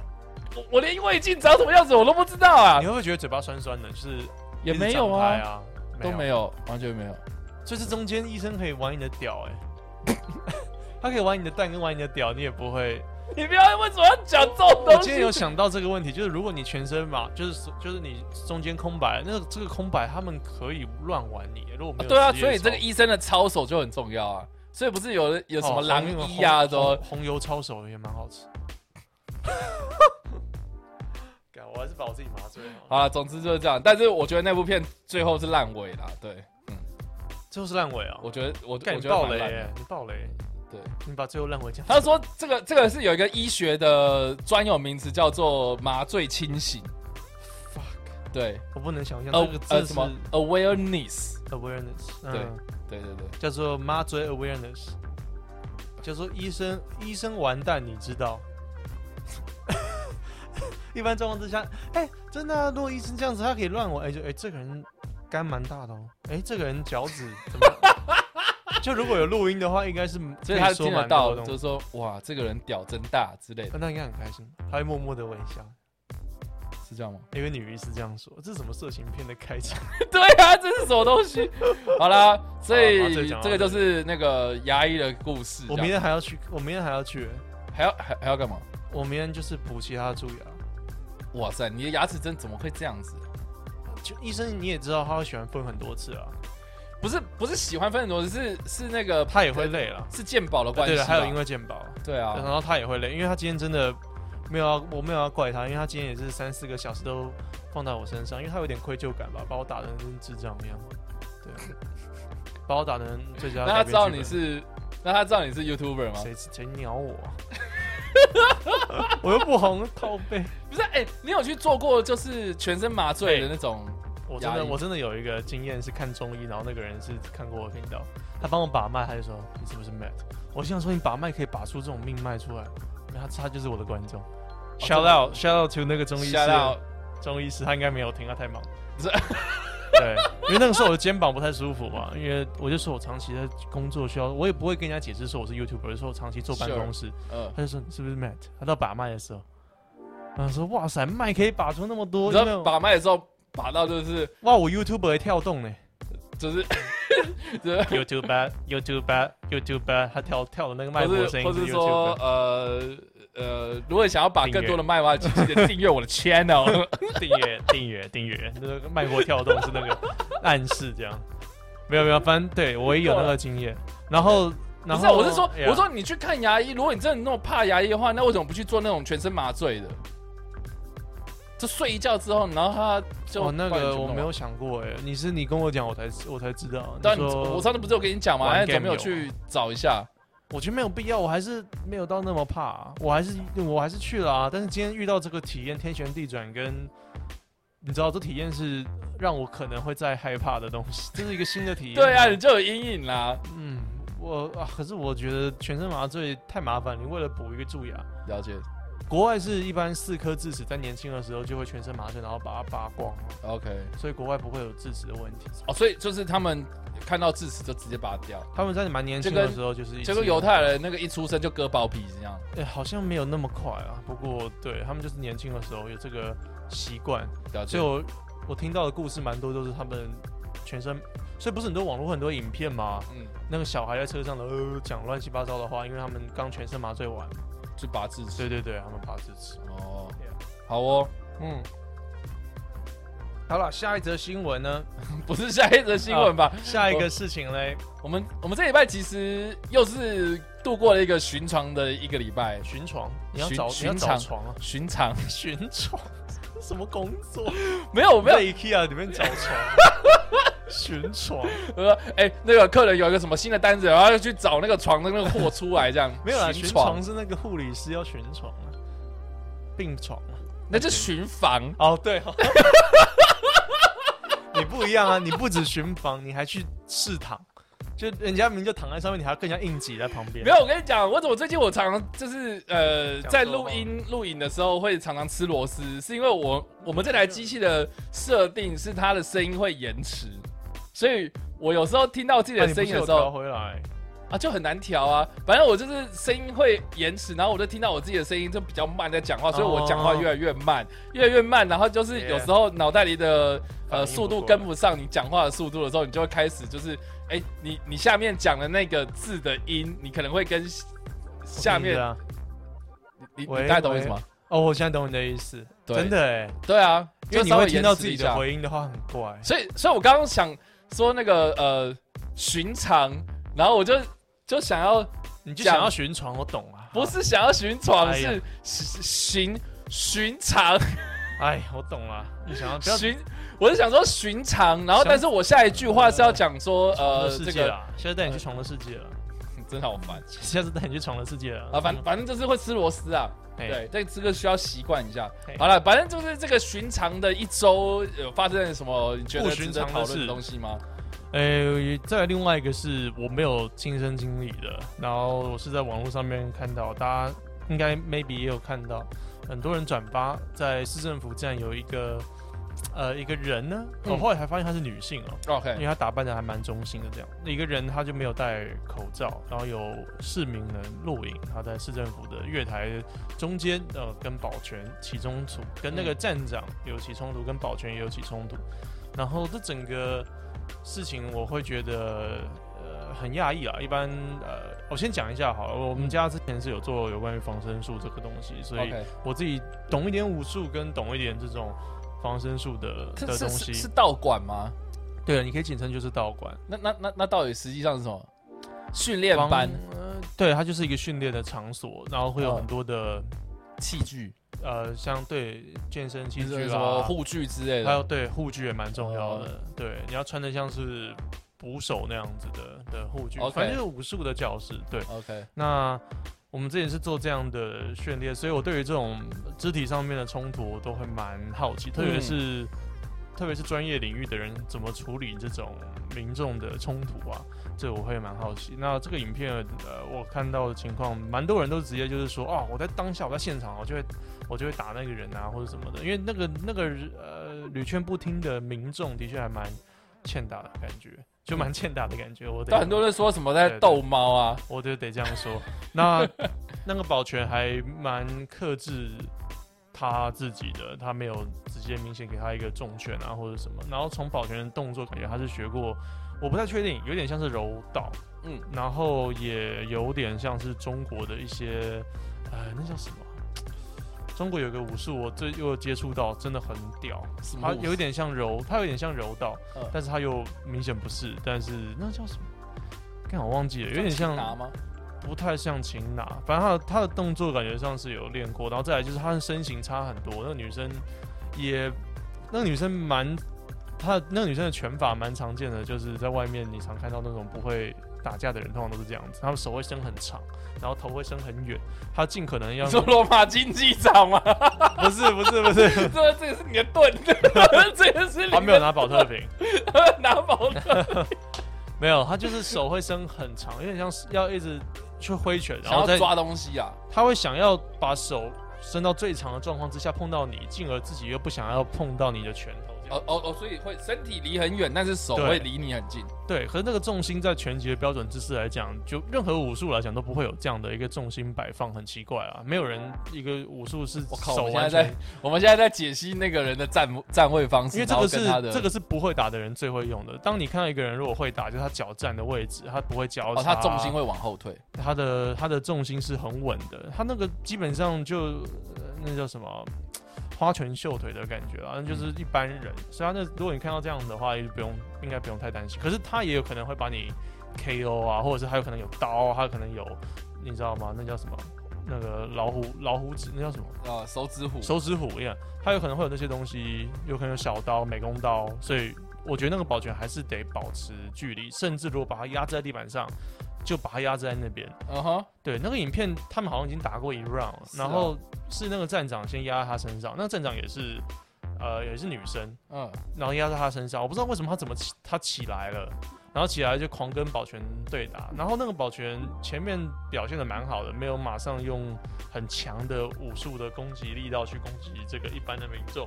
S4: 我我连胃镜长什么样子我都不知道啊
S5: 你，会不会觉得嘴巴酸酸的？就是
S4: 也
S5: 一直
S4: 没有
S5: 张开
S4: 啊，
S5: 啊，
S4: 都没
S5: 有。
S4: 有，完全没有。
S5: 所以这中间医生可以玩你的屌哎、 他可以玩你的蛋跟玩你的屌，你也不会。
S4: 你不要为什么要讲这种
S5: 我
S4: 东
S5: 今
S4: 西
S5: 天？有想到这个问题，就是如果你全身嘛，就是就是你中间空白，那这个空白他们可以乱玩你。如果没有
S4: 对啊，
S5: 职业
S4: 所以这个
S5: 操
S4: 医生的操守就很重要啊。所以不是有的有什么
S5: 哦
S4: 狼
S5: 红
S4: 医啊，
S5: 红
S4: 都
S5: 红红油抄手也蛮好吃。 干我还是把我自己麻醉好了。
S4: 啊，总之就是这样。但是我觉得那部片最后是烂尾啦，对
S5: 最后是烂尾啊！
S4: 我觉得我我
S5: 干
S4: 觉
S5: 你
S4: 得
S5: 爆
S4: 蛮
S5: 雷欸
S4: 烂
S5: 耶
S4: 的。，
S5: 你爆雷耶，
S4: 对，
S5: 你把最后烂尾讲。
S4: 他说这个这个是有一个医学的专有名词叫做麻醉清醒，
S5: fuck，
S4: 对，
S5: 我不能想象
S4: 呃
S5: 这个字
S4: 呃
S5: 是
S4: 什么 awareness，
S5: awareness，
S4: 对
S5: 嗯，
S4: 对对对。
S5: 叫做麻醉 awareness，叫做医生医生完蛋，你知道。 一般状况之下，哎、真的、啊，如果医生这样子，他可以乱我，哎、就哎、这个人肝蛮大的哦，哎、这个人脚趾怎么？ 就如果有录音的话，应该是
S4: 所以
S5: 可
S4: 他
S5: 说
S4: 听
S5: 蛮
S4: 得
S5: 多
S4: 到，
S5: 的东
S4: 就
S5: 西哦
S4: 是说哇，这个人屌真大之类的，
S5: 那应该很开心，他会默默的微笑。
S4: 是这样吗？
S5: 因为女医师这样说，这是什么色情片的开场？
S4: 对啊，这是什么东 西？好啦，所
S5: 好麻醉
S4: 以
S5: 讲完
S4: 这个就是那个牙医的故事。
S5: 我
S4: 这样
S5: 明天还要去，我明天还要去，
S4: 还要还还要干嘛？
S5: 我明天就是补其他的蛀啊牙。
S4: 哇塞，你的牙齿真怎么会这样子？
S5: 就医生你也知道，他会喜欢分很多次啊，
S4: 不是不是喜欢分很多，是是那个
S5: 他也会累了。
S4: 是鉴宝的关
S5: 对
S4: 系吧、
S5: 了，还有因为健保，
S4: 对
S5: 然
S4: 啊，
S5: 后他也会累，因为他今天真的没有要，我没有要怪他，因为他今天也是三四个小时都放在我身上，因为他有点愧疚感吧，把我打成跟智障一样，对啊，把我打成最佳。
S4: 那他知道你。是那他知道你是 YouTuber 吗？
S5: 谁谁鸟我 啊、我又不红，靠背。
S4: 不是，哎、你有去做过就是全身麻醉的那种？
S5: 我真
S4: 压
S5: 的
S4: 抑
S5: 我真的有一个经验是看中医，然后那个人是看过我的频道，他帮我把脉，他就说你是不是 mad？我心想说你把脉可以把出这种命脉出来，然后他他就是我的观众。Shout
S4: 哦真的
S5: out shout out to 那个中医师，
S4: 到
S5: 中医师他应该没有听，他太 忙。
S4: 不是
S5: 对，因为那个时候我的肩膀不太舒服嘛，因为我就说我长期在工作需要，我也不会跟人家解释说我是 YouTuber，我就说我长期坐办
S4: Sure
S5: 公室
S4: 嗯，
S5: 他就说你是不是 mad？他到把脉的时候，然后说哇塞，脉可以把出那么多，
S4: 你知
S5: 因为
S4: 道
S5: 我
S4: 把脉的时候把到就是
S5: 哇，我 YouTuber 会跳动呢。
S4: 就是 就是。
S5: YouTube YouTube YouTube，他跳跳的那个脉
S4: 或
S5: 搏
S4: 是
S5: 声
S4: 或
S5: 音
S4: 是
S5: 是
S4: 说
S5: YouTube
S4: 呃呃，如果想要把更多的卖话，请记得订阅我的 channel。
S5: 订阅订阅订阅，那个脉搏跳动是那个暗示这样。没有没有，反正对我也有那个经验。然后
S4: 不
S5: 然
S4: 是啊，
S5: 后
S4: 我是说，
S5: Yeah
S4: 我说你去看牙医，如果你真的那么怕牙医的话，那为什么不去做那种全身麻醉的？就睡一觉之后，然后他就
S5: 哦那
S4: 帮你全
S5: 个
S4: 部
S5: 我
S4: 弄啊
S5: 没有
S4: 完。
S5: 想过哎，你是你跟我讲我才我才知道。
S4: 但
S5: 你说
S4: 我上次不是有跟你讲吗？
S5: 玩
S4: 哎，怎么
S5: game
S4: 没有去找一下？
S5: 我觉得没有必要，我还是没有到那么怕啊、我还是我还是去了啊。但是今天遇到这个体验，天旋地转跟，你知道，这体验是让我可能会再害怕的东西，这是一个新的体验。
S4: 对啊，你，就有阴影啦。
S5: 嗯，我啊，可是我觉得全身麻醉太麻烦，你为了补一个蛀牙，
S4: 了解，
S5: 国外是一般四颗智齿，在年轻的时候就会全身麻醉，然后把它拔光了，
S4: OK，
S5: 所以国外不会有智齿的问题。
S4: 哦，所以就是他们看到智齿就直接拔掉，
S5: 他们在蛮年轻
S4: 这
S5: 的
S4: 跟
S5: 时候就是一
S4: 结
S5: 直
S4: 果犹太人那个一出生就割包皮这样。
S5: 哎、好像没有那么快啊。不过对他们就是年轻的时候有这个习惯，
S4: 了解
S5: 所以我我听到的故事蛮多都是他们全身，所以不是很多网络很多影片嘛，
S4: 嗯，
S5: 那个小孩在车上的呃讲乱七八糟的话，因为他们刚全身麻醉完。
S4: 就拔智齿。
S5: 对对对，他们拔智齿。
S4: 哦
S5: Yeah，
S4: 好哦，
S5: 嗯。好了，下一则新闻呢？
S4: 不是下一则新闻吧？
S5: 下一个事情嘞，
S4: 我们我们这礼拜其实又是度过了一个寻常的一个礼拜，
S5: 巡床，你要
S4: 巡
S5: 找你要
S4: 巡
S5: 找
S4: 场
S5: 床啊，
S4: 寻常
S5: 巡床，这什么工作？
S4: 没有
S5: 我
S4: 没有
S5: 在 IKEA 里面找床， 巡床
S4: 呃哎、那个客人有一个什么新的单子，然后就去找那个床的那个货出来，这样
S5: 没有啦，
S4: 寻
S5: 巡床是那个护理师要巡床啊，病床啊，
S4: 那就巡房。
S5: 哦对哦， 你不一样啊，你不止巡房，你还去试躺，就人家明明就躺在上面，你还更加硬挤在旁边，啊
S4: 没有，我跟你讲，我怎么最近我常常就是呃，
S5: 讲
S4: 在
S5: 错
S4: 录
S5: 话
S4: 音录影的时候会常常吃螺丝，是因为我我们这台机器的设定是它的声音会延迟，所以我有时候听到自己
S5: 啊
S4: 的
S5: 你不
S4: 声音
S5: 是有
S4: 的时候
S5: 调，回来，
S4: 啊，就很难调啊。反正我就是声音会延迟，然后我就听到我自己的声音就比较慢在
S5: 哦
S4: 讲话，所以我讲话越来越慢，越来越慢。然后就是有时候脑袋里的
S5: 反应
S4: 呃
S5: 不
S4: 速度
S5: 过
S4: 跟不上你讲话的速度的时候，你就会开始就是，哎、你你下面讲的那个字的音，你可能会跟下
S5: 我听着
S4: 面
S5: 啊，
S4: 你你
S5: 喂
S4: 大概懂我意思吗？
S5: 哦，我现在懂你的意思，
S4: 对
S5: 真的哎，
S4: 对啊，
S5: 因为你
S4: 就稍微
S5: 会听到
S4: 延迟
S5: 自己
S4: 一
S5: 的
S4: 下
S5: 回音的话很怪，
S4: 所以，所以我刚刚想说那个呃寻常，然后我就就想要
S5: 你就
S4: 讲
S5: 想要巡床，我懂啊，
S4: 不是想要寻床，
S5: 哎呀
S4: 是寻寻常
S5: 哎，我懂了，你想要不要
S4: 寻，我是想说寻常，然后
S5: 想
S4: 但是我下一句话是要讲说
S5: 床的
S4: 呃
S5: 世
S4: 这
S5: 界啊
S4: 个呃
S5: 啦，下次带你去床的世界了，
S4: 真好烦
S5: 下次带你去床的世界了嗯
S4: 啊，反反正就是会吃螺丝啊，对，这这个需要习惯一下
S5: 嘿。
S4: 好了，反正就是这个寻常的一周有发生了什么你觉得
S5: 不
S4: 值
S5: 寻
S4: 得
S5: 常的
S4: 讨论的
S5: 事
S4: 东西吗？
S5: 呃，再来另外一个是我没有亲身经历的，然后我是在网络上面看到，大家应该 maybe 也有看到，很多人转发在市政府站有一个呃一个人呢，我、
S4: 嗯
S5: 后来才发现她是女性哦、因为
S4: OK，
S5: 她打扮的还蛮中性的这样，一个人她就没有戴口罩，然后有市民呢录影，她在市政府的月台中间呃跟保全起冲突，跟那个
S4: 嗯
S5: 站长有起冲突，跟保全也有起冲突，然后这整个事情我会觉得呃很讶异啊。一般呃，我先讲一下好了，我们家之前是有做有关于防身术这个东西，所以
S4: OK，
S5: 我自己懂一点武术，跟懂一点这种防身术的
S4: 这
S5: 的
S4: 是
S5: 东
S4: 是是
S5: 西。
S4: 道馆吗？
S5: 对了，你可以简称就是道馆。
S4: 那那那那到底实际上是什么？训练
S5: 帮
S4: 班
S5: 呃对，它就是一个训练的场所，然后会有
S4: 嗯
S5: 很多的、
S4: 器具，
S5: 呃，像对健身器
S4: 就
S5: 具
S4: 是什么
S5: 啊，
S4: 护具之类
S5: 还
S4: 的。
S5: 有对护具也蛮重要的。
S4: 哦
S5: 对，你要穿的像是捕手那样子的的护具
S4: OK
S5: 反正就是武术的教室。对，
S4: OK，
S5: 那我们之前是做这样的训练，所以我对于这种肢体上面的冲突我都会蛮好
S4: 嗯
S5: 奇，特别是、特别是专业领域的人怎么处理这种民众的冲突啊，这我会蛮好奇。那这个影片呃，我看到的情况，蛮多人都直接就是说，哦，我在当下我在现场，我就会我就会打那个人啊或者什么的，因为那个那个呃屡劝不听的民众的确还蛮欠打的感觉。就蛮欠打的感觉，我得
S4: 但很多人说什么在逗猫啊，
S5: 我就得这样说。那 那个保全还蛮克制他自己的，他没有直接明显给他一个重拳啊或者什么。然后从保全的动作感觉他是学过，我不太确定，有点像是柔道，
S4: 嗯，
S5: 然后也有点像是中国的一些，呃，那叫什么？中国有个武术，我最又有接触到，真的很屌。
S4: 什么
S5: 它
S4: 武
S5: 啊有一点像柔，它有点像柔道，
S4: 嗯
S5: 但是它又明显不是。但是那叫什么？看我忘记了，有点像
S4: 拿吗？
S5: 不太像擒拿，反正他的他的动作感觉上是有练过，然后再来就是他的身形差很多，那个女生也，那个女生蛮，她那个女生的拳法蛮常见的，就是在外面你常看到那种不会打架的人，通常都是这样子，他们手会伸很长，然后头会伸很远，他尽可能要
S4: 你说罗马竞技场 吗？
S5: 不是不是不是，
S4: 这这个是你的盾， 这个是你
S5: 他
S4: 的
S5: 啊没有拿保特瓶，
S4: 拿宝盾。
S5: 没有，他就是手会伸很长，有点像是要一直去挥拳，然
S4: 想
S5: 后
S4: 要
S5: 再
S4: 抓东西啊，
S5: 他会想要把手伸到最长的状况之下碰到你，进而自己又不想要碰到你的拳头。这样
S4: 哦哦哦，所以会身体离很远，但是手
S5: 对
S4: 会离你很近。
S5: 对，可是那个重心在拳击的标准姿势来讲，就任何武术来讲都不会有这样的一个重心摆放，很奇怪啊！没有人一个武术是
S4: 我靠
S5: 手
S4: 我现
S5: 完
S4: 在
S5: 全，
S4: 在我们现在在解析那个人的站站位方式，
S5: 因为这
S4: 然后
S5: 个
S4: 跟
S5: 是
S4: 他的
S5: 这个是不会打的人最会用的。当你看到一个人如果会打，就是他脚站的位置，他不会交叉，
S4: 哦，他重心会往后退。
S5: 他的他的重心是很稳的，他那个基本上就、呃那叫什么花拳绣腿的感觉啊，那就是一般人。所以他那如果你看到这样的话，也不用应该不用太担心。可是他也有可能会把你 KO 啊，或者是还有可能有刀，还有可能有你知道吗？那叫什么？那个老虎老虎指那叫什么？
S4: 呃，手指虎，
S5: 手指虎一样，他有可能会有那些东西，有可能有小刀、美工刀，所以我觉得那个保全还是得保持距离，甚至如果把他压制在地板上，就把他压制在那边。
S4: 嗯哼，
S5: 对，那个影片他们好像已经打过一 round，了、
S4: 是啊
S5: 然后是那个站长先压在他身上，那个站长也是，呃，也是女生，
S4: 嗯，
S5: 然后压在他身上，我不知道为什么他怎么起，他起来了，然后起来就狂跟保全对打，然后那个保全前面表现的蛮好的，没有马上用很强的武术的攻击力道去攻击这个一般的民众，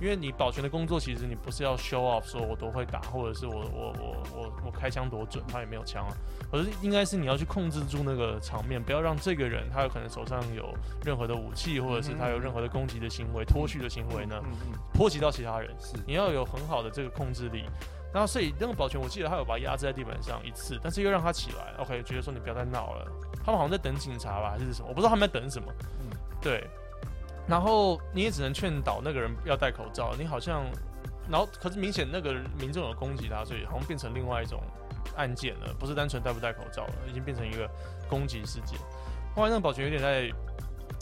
S5: 因为你保全的工作其实你不是要 show off 说我多会打，或者是我我我我我开枪多准，他也没有枪啊，可是应该是你要去控制住那个场面，不要让这个人他有可能手上有任何的武器，或者是他有任何的攻击的行为、脱序的行为呢，
S4: 嗯嗯，
S5: 波及到其他人。
S4: 是，
S5: 你要有很好的这个控制力。那所以那个保全，我记得他有把他压制在地板上一次，但是又让他起来。OK，觉得说你不要再闹了。他们好像在等警察吧，还是什么？我不知道他们在等什么。
S4: 嗯
S5: 对。然后你也只能劝导那个人要戴口罩。你好像，然后可是明显那个民众有攻击他，所以好像变成另外一种案件了，不是单纯戴不戴口罩了，已经变成一个攻击事件。后来那个保全有点在，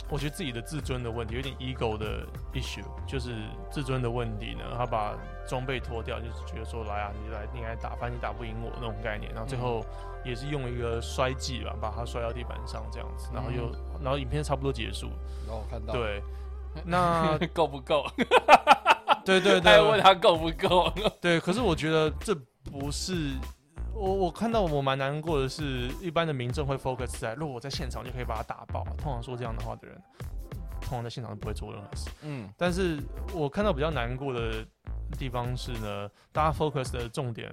S5: 我觉得自己的自尊的问题，有点 ego 的 issue，就是自尊的问题呢。他把装备脱掉，就是觉得说来啊，你来你来打，反正你打不赢我那种概念。然后最后也是用一个摔技吧，把他摔到地板上这样子，然后又、
S4: 嗯
S5: 然后影片差不多结束。
S4: 然后我看到，
S5: 对，啊那
S4: 够不够？
S5: 对对
S4: 他
S5: 对，
S4: 还问他够不够？
S5: 对，可是我觉得这不是我我看到我蛮难过的是，一般的民众会 focus 在，如果我在现场就可以把他打爆，通常说这样的话的人，通常在现场都不会做任何事。
S4: 嗯，
S5: 但是我看到比较难过的地方是呢，大家 focus 的重点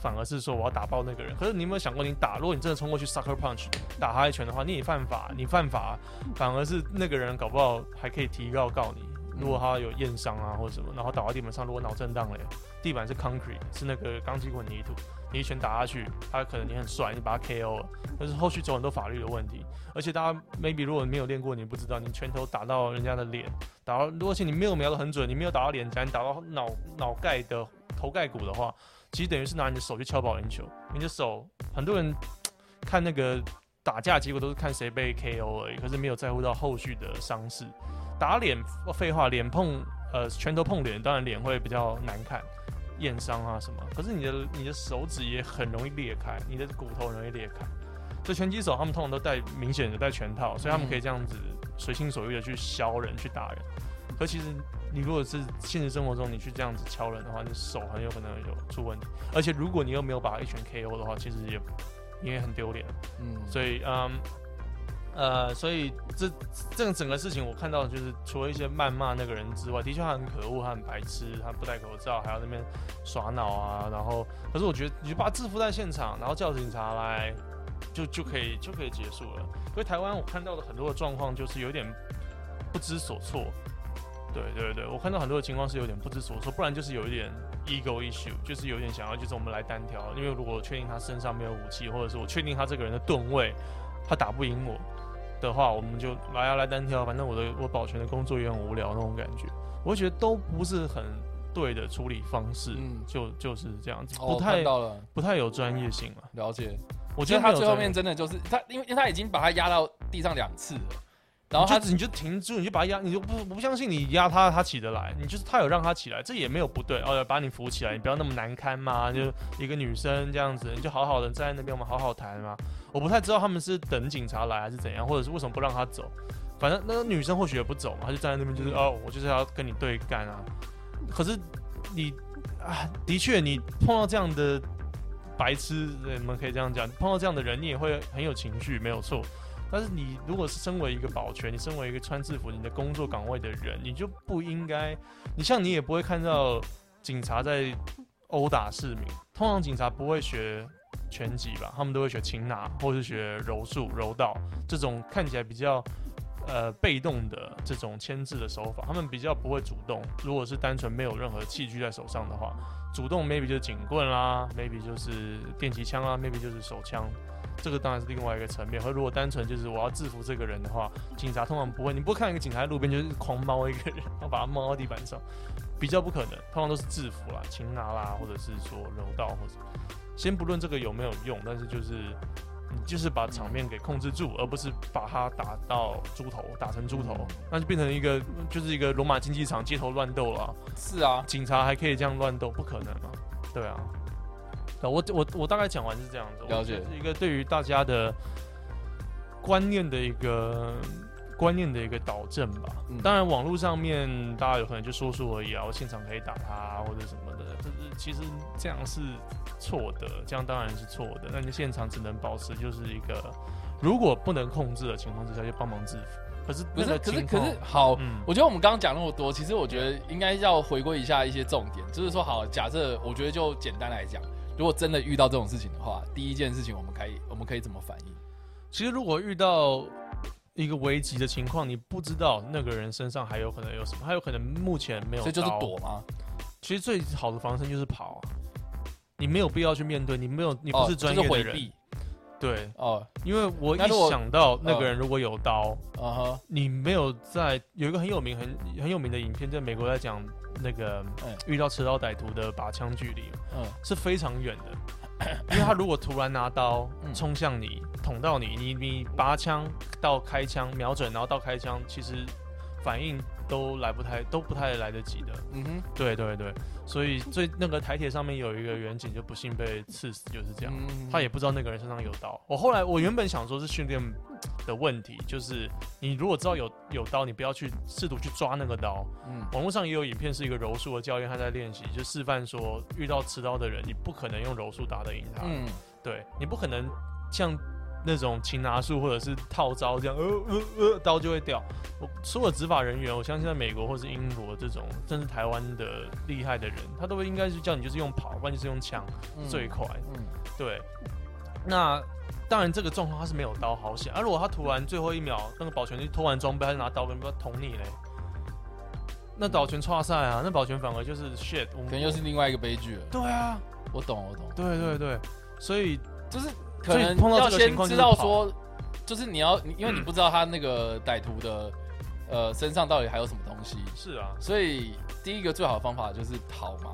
S5: 反而是说我要打爆那个人。可是你有没有想过，你打，如果你真的冲过去 sucker punch 打他一拳的话，你也犯法，你犯法，反而是那个人搞不好还可以提告告你。如果他有验伤啊或者什么，然后倒在地板上，如果脑震荡了，地板是 concrete，是那个钢筋混凝土，你一拳打下去，他可能你很帅，你把他 KO 了，但是后续走很多法律的问题。而且大家 maybe 如果你没有练过，你不知道，你拳头打到人家的脸，打到，如果是你没有瞄得很准，你没有打到脸颊，你打到脑脑盖的头盖骨的话，其实等于是拿你的手去敲保龄球。你的手，很多人看那个打架结果都是看谁被 KO 而已，可是没有在乎到后续的伤势。打脸，哦废话，脸碰呃拳头碰脸，当然脸会比较难看。验伤啊什么，可是你的你的手指也很容易裂开，你的骨头容易裂开。所以拳击手他们通常都戴明显的戴拳套，所以他们可以这样子随心所欲的去削人、去打人。可其实你如果是现实生活中你去这样子敲人的话，你手很有可能有出问题，而且如果你又没有把他一拳 KO 的话，其实也你也很丢脸。
S4: 嗯，
S5: 所以嗯。呃，所以这这个整个事情，我看到就是除了一些谩骂那个人之外，的确他很可恶，他很白痴，他不戴口罩，还要那边耍脑啊。然后，可是我觉得你就把他制服在现场，然后叫警察来，就就可以就可以结束了。所以台湾我看到的很多的状况就是有点不知所措。对对对，我看到很多的情况是有点不知所措，不然就是有一点 ego issue，就是有点想要就是我们来单挑，因为如果我确定他身上没有武器，或者是我确定他这个人的吨位，他打不赢我的话，我们就来啊来单挑，反正我的我保全的工作也很无聊那种感觉，我会觉得都不是很对的处理方式，
S4: 嗯
S5: 就就是这样子，
S4: 哦
S5: 不
S4: 我
S5: 太、
S4: 看到了，
S5: 不太有专业性了。
S4: 了解。
S5: 我
S4: 我
S5: 觉
S4: 觉得
S5: 得
S4: 他
S5: 没有
S4: 最后
S5: 专业
S4: 面真的就是他，因为因为他已经把他压到地上两次了，然后
S5: 哦你就
S4: 他
S5: 只你就停住，你就把他压，你就不我不相信你压他，他起得来。你就是他有让他起来，这也没有不对。哦，把你扶起来，你不要那么难堪嘛。就一个女生这样子，你就好好的站在那边，我们好好谈嘛。我不太知道他们是等警察来还是怎样，或者是为什么不让他走。反正那个女生或许也不走嘛，她就站在那边，就是、
S4: 嗯
S5: 哦，我就是要跟你对干啊。可是你啊，的确你碰到这样呃的白痴，对我们可以这样讲，碰到这样的人，你也会很有情绪，没有错。但是你如果是身为一个保全，你身为一个穿制服你的工作岗位的人，你就不应该，你像你也不会看到警察在殴打市民。通常警察不会学拳击吧，他们都会学擒拿或是学柔术、柔道这种看起来比较。呃，被动的这种牵制的手法，他们比较不会主动。如果是单纯没有任何器具在手上的话，主动 maybe 就是警棍啦，maybe 就是电击枪啦，maybe 啊就是手枪，这个当然是另外一个层面。和如果单纯就是我要制服这个人的话，警察通常不会，你不会看一个警察在路边就是狂猫一个人，然后把他猫到地板上，比较不可能。通常都是制服啦、擒拿啦，或者是说柔道，或者先不论这个有没有用，但是就是你就是把场面给控制住，而不是把他打到猪头，打成猪头，那就变成一个就是一个罗马竞技场街头乱斗了啊、
S4: 是啊，
S5: 警察还可以这样乱斗，不可能啊！对啊，对啊我我我大概讲完是这样子，我
S4: 了解
S5: 觉得是一个对于大家的观念的一个观念的一个导正吧。
S4: 嗯
S5: 当然，网络上面大家有可能就说说而已啊，我现场可以打他啊或者什么的，就是其实这样是错的，这样当然是错的。那你现场只能保持就是一个，如果不能控制的情况之下，就帮忙制服。可是
S4: 不
S5: 那
S4: 是，
S5: 个
S4: 可是
S5: 情
S4: 可
S5: 况
S4: 是，好，
S5: 嗯
S4: 我觉得我们刚刚讲那么多，其实我觉得应该要回归一下一些重点，就是说，好，假设我觉得就简单来讲，如果真的遇到这种事情的话，第一件事情我们可以我们可以怎么反应？
S5: 其实如果遇到一个危急的情况，你不知道那个人身上还有可能有什么，还有可能目前没有，
S4: 所以就是躲。嘛，
S5: 其实最好的防身就是跑啊，你没有必要去面对，你没有，你
S4: 你
S5: 不是专业
S4: 哦就
S5: 的
S4: 是
S5: 人，
S4: 回避
S5: 对，
S4: 哦，
S5: 因为我
S4: 那如果
S5: 一想到那
S4: 呃
S5: 个人如果有刀，
S4: 嗯哼，
S5: 你没有在有一个很有名很很有名的影片，在美国在讲那个、
S4: 嗯
S5: 遇到持刀歹徒的拔枪距离，
S4: 嗯，
S5: 是非常远的， 因为他如果突然拿刀
S4: 嗯
S5: 冲向你，捅到你，你你拔枪到开枪瞄准，然后到开枪，其实反应都来不太都不太来得及的。
S4: 嗯哼，
S5: 对对对，所以最那个台铁上面有一个远景就不幸被刺死，就是这样。
S4: 嗯
S5: 啊他也不知道那个人身上有刀。我后来我原本想说是训练的问题，就是你如果知道有有刀，你不要去试图去抓那个刀，
S4: 嗯
S5: 网络上也有影片，是一个柔术的教练，他在练习，就示范说，遇到持刀的人，你不可能用柔术打得赢他，
S4: 嗯，
S5: 对你不可能像那种擒拿术或者是套招这样，呃呃呃，刀就会掉。我所有执法人员，我相信在美国或是英国这种，甚至台湾的厉害的人，他都会应该是叫你就是用跑，不然就是用抢
S4: 嗯
S5: 最快。
S4: 嗯
S5: 对，那当然这个状况他是没有刀好险，而、啊如果他突然最后一秒那个保全就脱完装备，他就拿刀跟不知道捅你嘞，那保全差赛啊，那保全反而就是 shit，我们
S4: 可能又是另外一个悲剧了。
S5: 对啊，
S4: 我懂，我懂，
S5: 对对对，所以
S4: 就是
S5: 所
S4: 可
S5: 以
S4: 能
S5: 碰到
S4: 要
S5: 这个
S4: 先
S5: 情况
S4: 知
S5: 就是
S4: 道
S5: 跑
S4: 说，就是你要，你因为你不知道他那个歹徒的呃身上到底还有什么东西，
S5: 是啊，
S4: 所以第一个最好的方法就是逃嘛，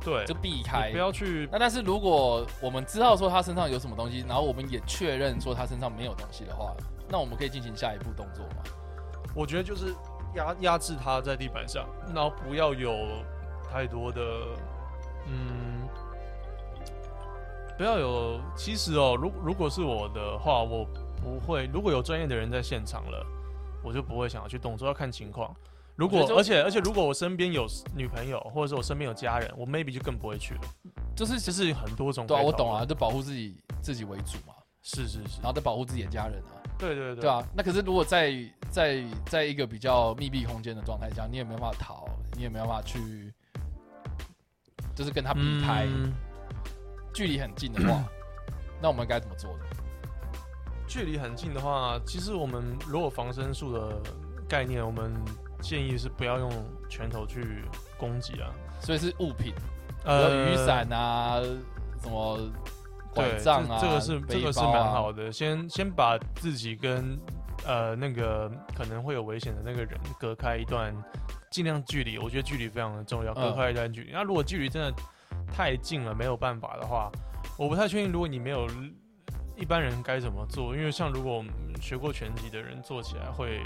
S5: 对
S4: 就，避
S5: 你
S4: 开
S5: 不。要去
S4: 那但是如果我们知道说他身上有什么东西，然后我们也确认说他身上没有东西的话，那我们可以进行下一步动作嘛？
S5: 我觉得就是压压制他在地板上，然后不要有太多的，嗯，不要有。其实哦，如如果是我的话，我不会。如果有专业的人在现场了，我就不会想要去动作，要看情况。如
S4: 我
S5: 果
S4: 觉得这
S5: 而且而且如果我身边有女朋友，或者是我身边有家人，我 maybe 就更不会去了。
S4: 就是
S5: 这是很多种。
S4: 对啊，我懂啊，。就保护自己自己为主嘛，
S5: 是是是
S4: 然，后再保护自己的家人啊，
S5: 对对对，
S4: 对啊。那可是如果在在在一个比较密闭空间的状态下，你也没有办法逃，你也没有办法去，就是跟他避
S5: 嗯，
S4: 开，距离很近的 话，那我们该怎么做呢？
S5: 距离很近的话，其实我们如果防身术的概念，我们建议是不要用拳头去攻击啊，
S4: 所以是物品。呃，雨伞啊，什么拐
S5: 对，这
S4: 杖啊，
S5: 这个是
S4: 背
S5: 这个是
S4: 包啊
S5: 蛮好的，先先把自己跟呃那个可能会有危险的那个人隔开一段，尽量距离，我觉得距离非常的重要，
S4: 嗯
S5: 隔开一段距离。那如果距离真的太近了，没有办法的话，我不太确定，如果你没有一般人该怎么做，因为像如果我们学过拳击的人做起来会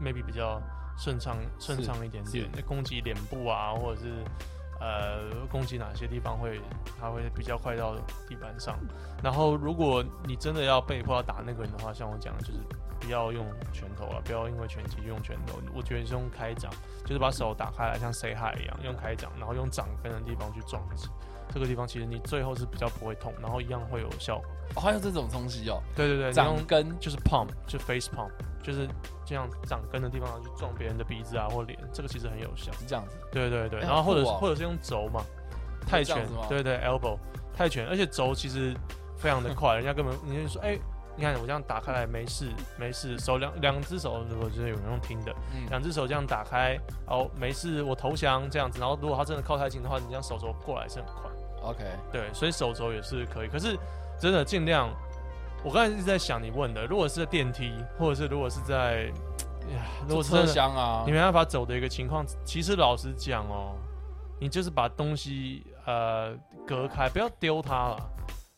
S5: maybe 比较顺畅顺畅一点点，攻击脸部啊，或者是。呃，攻击哪些地方会，它会比较快到地板上。然后，如果你真的要被迫要打那个人的话，像我讲的，就是不要用拳头啊，不要因为拳击就用拳头。我觉得是用开掌，就是把手打开来，像 say hi 一样，用开掌，然后用掌根的地方去撞击，这个地方其实你最后是比较不会痛，然后一样会有效果。
S4: 哦还有这种东西哦，
S5: 对对对，你
S4: 长
S5: 用
S4: 根
S5: 就是 pump，就是 face pump，就是这样长根的地方去撞别人的鼻子啊或脸，这个其实很有效。
S4: 是这样子，
S5: 对对对，
S4: 哎
S5: 然后或者是、
S4: 好酷哦
S5: 或者是用肘嘛，泰
S4: 这样
S5: 拳
S4: 子吗，
S5: 对对 elbow，泰拳，而且肘其实非常的快，人家根本你就说，哎、你看我这样打开来 没事没事，手两两只手，如果就是有人用听的，
S4: 嗯，
S5: 两只手这样打开，然后没事我投降这样子，然后如果他真的靠太近的话，你这样手肘过来是很快。
S4: OK，
S5: 对，所以手肘也是可以。可是真的尽量，我刚才一直在想你问的，如果是在电梯，或者是如果是在，哎呀如
S4: 做
S5: 果是真
S4: 车
S5: 的
S4: 厢啊
S5: 你，没办法走的一个情况，其实老实讲哦，你就是把东西呃隔开，不要丢它了。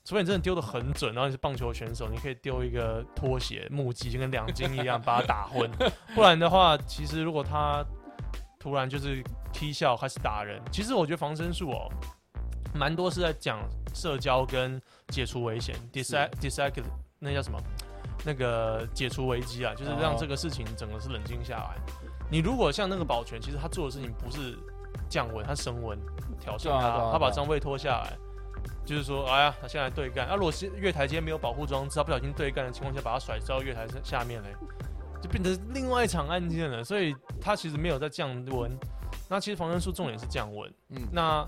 S5: 除非你真的丢的很准，然后你是棒球选手，你可以丢一个拖鞋、木屐，就跟两斤一样把它打昏。不然的话，其实如果他突然就是踢笑开始打人，其实我觉得防身术哦，蛮多是在讲社交跟解除危险 d i s a d i s a 那叫什么？那个解除危机啊，就是让
S4: 哦
S5: 这个事情整个是冷静下来。你如果像那个保全，其实他做的事情不是降温，他升温，挑衅
S4: 对啊
S5: 他，
S4: 对啊
S5: 他把
S4: 对啊
S5: 张卫脱下来，就是说，哎呀，他现在对干。啊，如果是月台间没有保护装置，他不小心对干的情况下，把他甩到月台下面嘞，就变成另外一场案件了。所以他其实没有在降温。那其实防身术重点是降温。
S4: 嗯，
S5: 那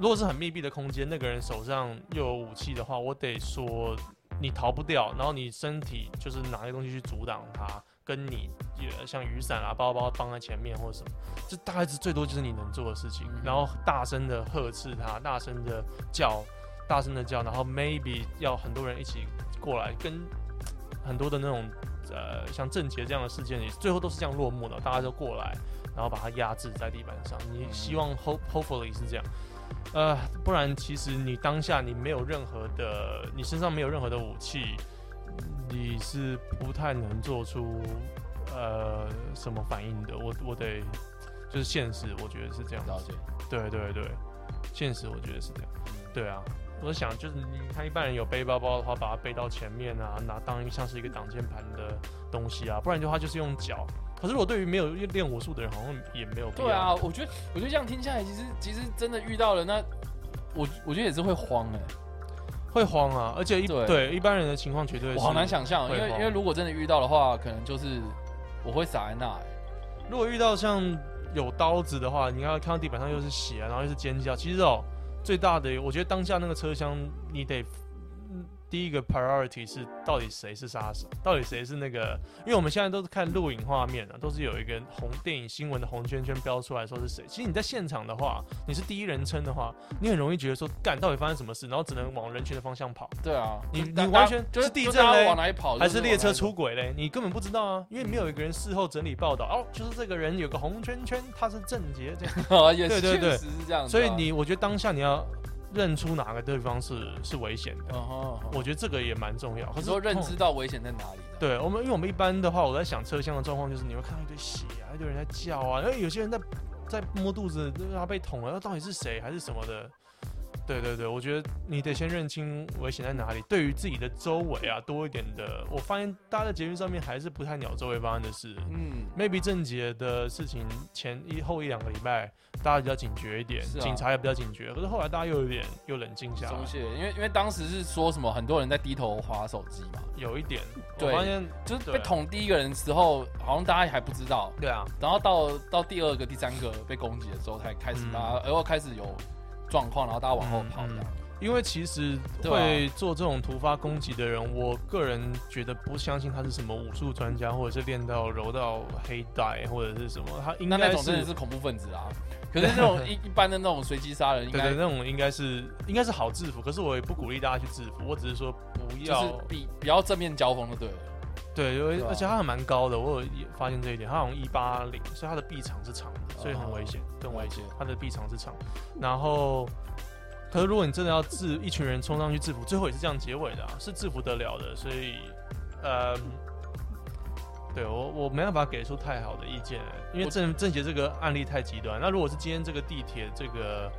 S5: 如果是很密闭的空间，那个人手上又有武器的话，我得说你逃不掉，然后你身体就是拿一个东西去阻挡他，跟你也像雨伞啊、包包放在前面或者什么，这大概是最多就是你能做的事情。
S4: 嗯
S5: 然后大声的呵斥他，大声的叫，大声的叫，然后 maybe 要很多人一起过来，跟很多的那种呃像郑杰这样的事件，也最后都是这样落幕的，大家都过来，然后把它压制在地板上。你
S4: 嗯
S5: 希望 hope hopefully 是这样。呃，不然其实你当下你没有任何的，你身上没有任何的武器，你是不太能做出呃什么反应的。我我得就是现实，我觉得是这样。
S4: 了解，
S5: 对对对，现实我觉得是这样。
S4: 嗯
S5: 对啊，我想就是你看一般人有背包包的话，把它背到前面啊，拿当像是一个挡箭牌的东西啊，不然的话就是用脚。可是我对于没有练武术的人，好像也没有必要。
S4: 对啊，我觉得我觉得这样听下来，其实其实真的遇到了，那我我觉得也是会慌哎、
S5: 会慌啊，而且一
S4: 对
S5: 对一般人的情况绝对是
S4: 我好难。想象哦，因
S5: 会
S4: 为
S5: 慌
S4: 因为如果真的遇到的话，可能就是我会傻在那欸、
S5: 如果遇到像有刀子的话，你要看到地板上又是血、啊，然后又是尖叫，其实哦，最大的我觉得当下那个车厢，你得。嗯第一个 priority 是到底谁是杀手，到底谁是那个？因为我们现在都是看录影画面啊，都是有一个红电影新闻的红圈圈标出来说是谁。其实你在现场的话，你是第一人称的话，你很容易觉得说干到底发生什么事，然后只能往人群的方向跑。
S4: 对啊，
S5: 你
S4: 就大
S5: 你
S4: 大
S5: 完全
S4: 就是
S5: 是地
S4: 就
S5: 震
S4: 大家
S5: 嘞
S4: 往哪里跑，
S5: 还
S4: 就是是
S5: 列车
S4: 往哪
S5: 出
S4: 里
S5: 轨嘞？你根本不知道啊，因为没有一个人事后整理报道。哦，就是这个人有个红圈圈，他是郑杰这样。
S4: 跑， 也
S5: 对
S4: 是
S5: 对
S4: 确
S5: 对
S4: 实是这样子啊。
S5: 所以你，我觉得当下你要认出哪个地方是是危险的，
S4: 嗯哼，嗯哼
S5: 我觉得这个也蛮重要。可
S4: 你
S5: 是
S4: 说认
S5: 哦
S4: 知到危险在哪里的？
S5: 对我们，因为我们一般的话，我在想车厢的状况就是，你会看到一堆血啊，一堆人在叫啊，然后有些人在在摸肚子，就是他被捅了，那到底是谁还是什么的？对对对，我觉得你得先认清危险在哪里，对于自己的周围啊多一点的。我发现大家在捷运上面还是不太鸟周围发生的事。
S4: 嗯，
S5: maybe 郑杰的事情前一后一两个礼拜，大家比较警觉一点，
S4: 是啊
S5: 警察也比较警觉，可是后来大家又有点又冷静下来
S4: 松，懈，因为因为当时是说什么很多人在低头划手机嘛，
S5: 有一点。我
S4: 对
S5: 发现，
S4: 就是
S5: 对
S4: 被捅第一个人的时候，好像大家还不知道，
S5: 对啊，
S4: 然后到到第二个、第三个被攻击的时候，才开始
S5: 嗯
S4: 大家然后开始有状况，然后大家往后跑
S5: 嗯
S4: 这样。
S5: 因为其实
S4: 对啊
S5: 会做这种突发攻击的人，我个人觉得不相信他是什么武术专家，或者是练到柔道黑带或者是什么，他应
S4: 那那
S5: 该
S4: 种真的
S5: 是
S4: 是恐怖分子 啊！可是那种一一般的那种随机杀人，应
S5: 对
S4: 该
S5: 对，那种应该是应该是好制服，可是我也不鼓励大家去制服，我只是说不
S4: 就
S5: 要、
S4: 是比比较正面交锋就对了。
S5: 对，因为
S4: 对啊
S5: 而且他还蛮高的，我有发现这一点，他好像一八零，所以他的臂长是长的，所以很危险，更危险
S4: 了解。
S5: 他的臂长是长，然后，可是如果你真的要制一群人冲上去制服，最后也是这样结尾的、啊，是制服得了的，所以，呃，对我我没办法给出太好的意见，因为
S4: 我
S5: 郑郑杰这个案例太极端。那如果是今天这个地铁这个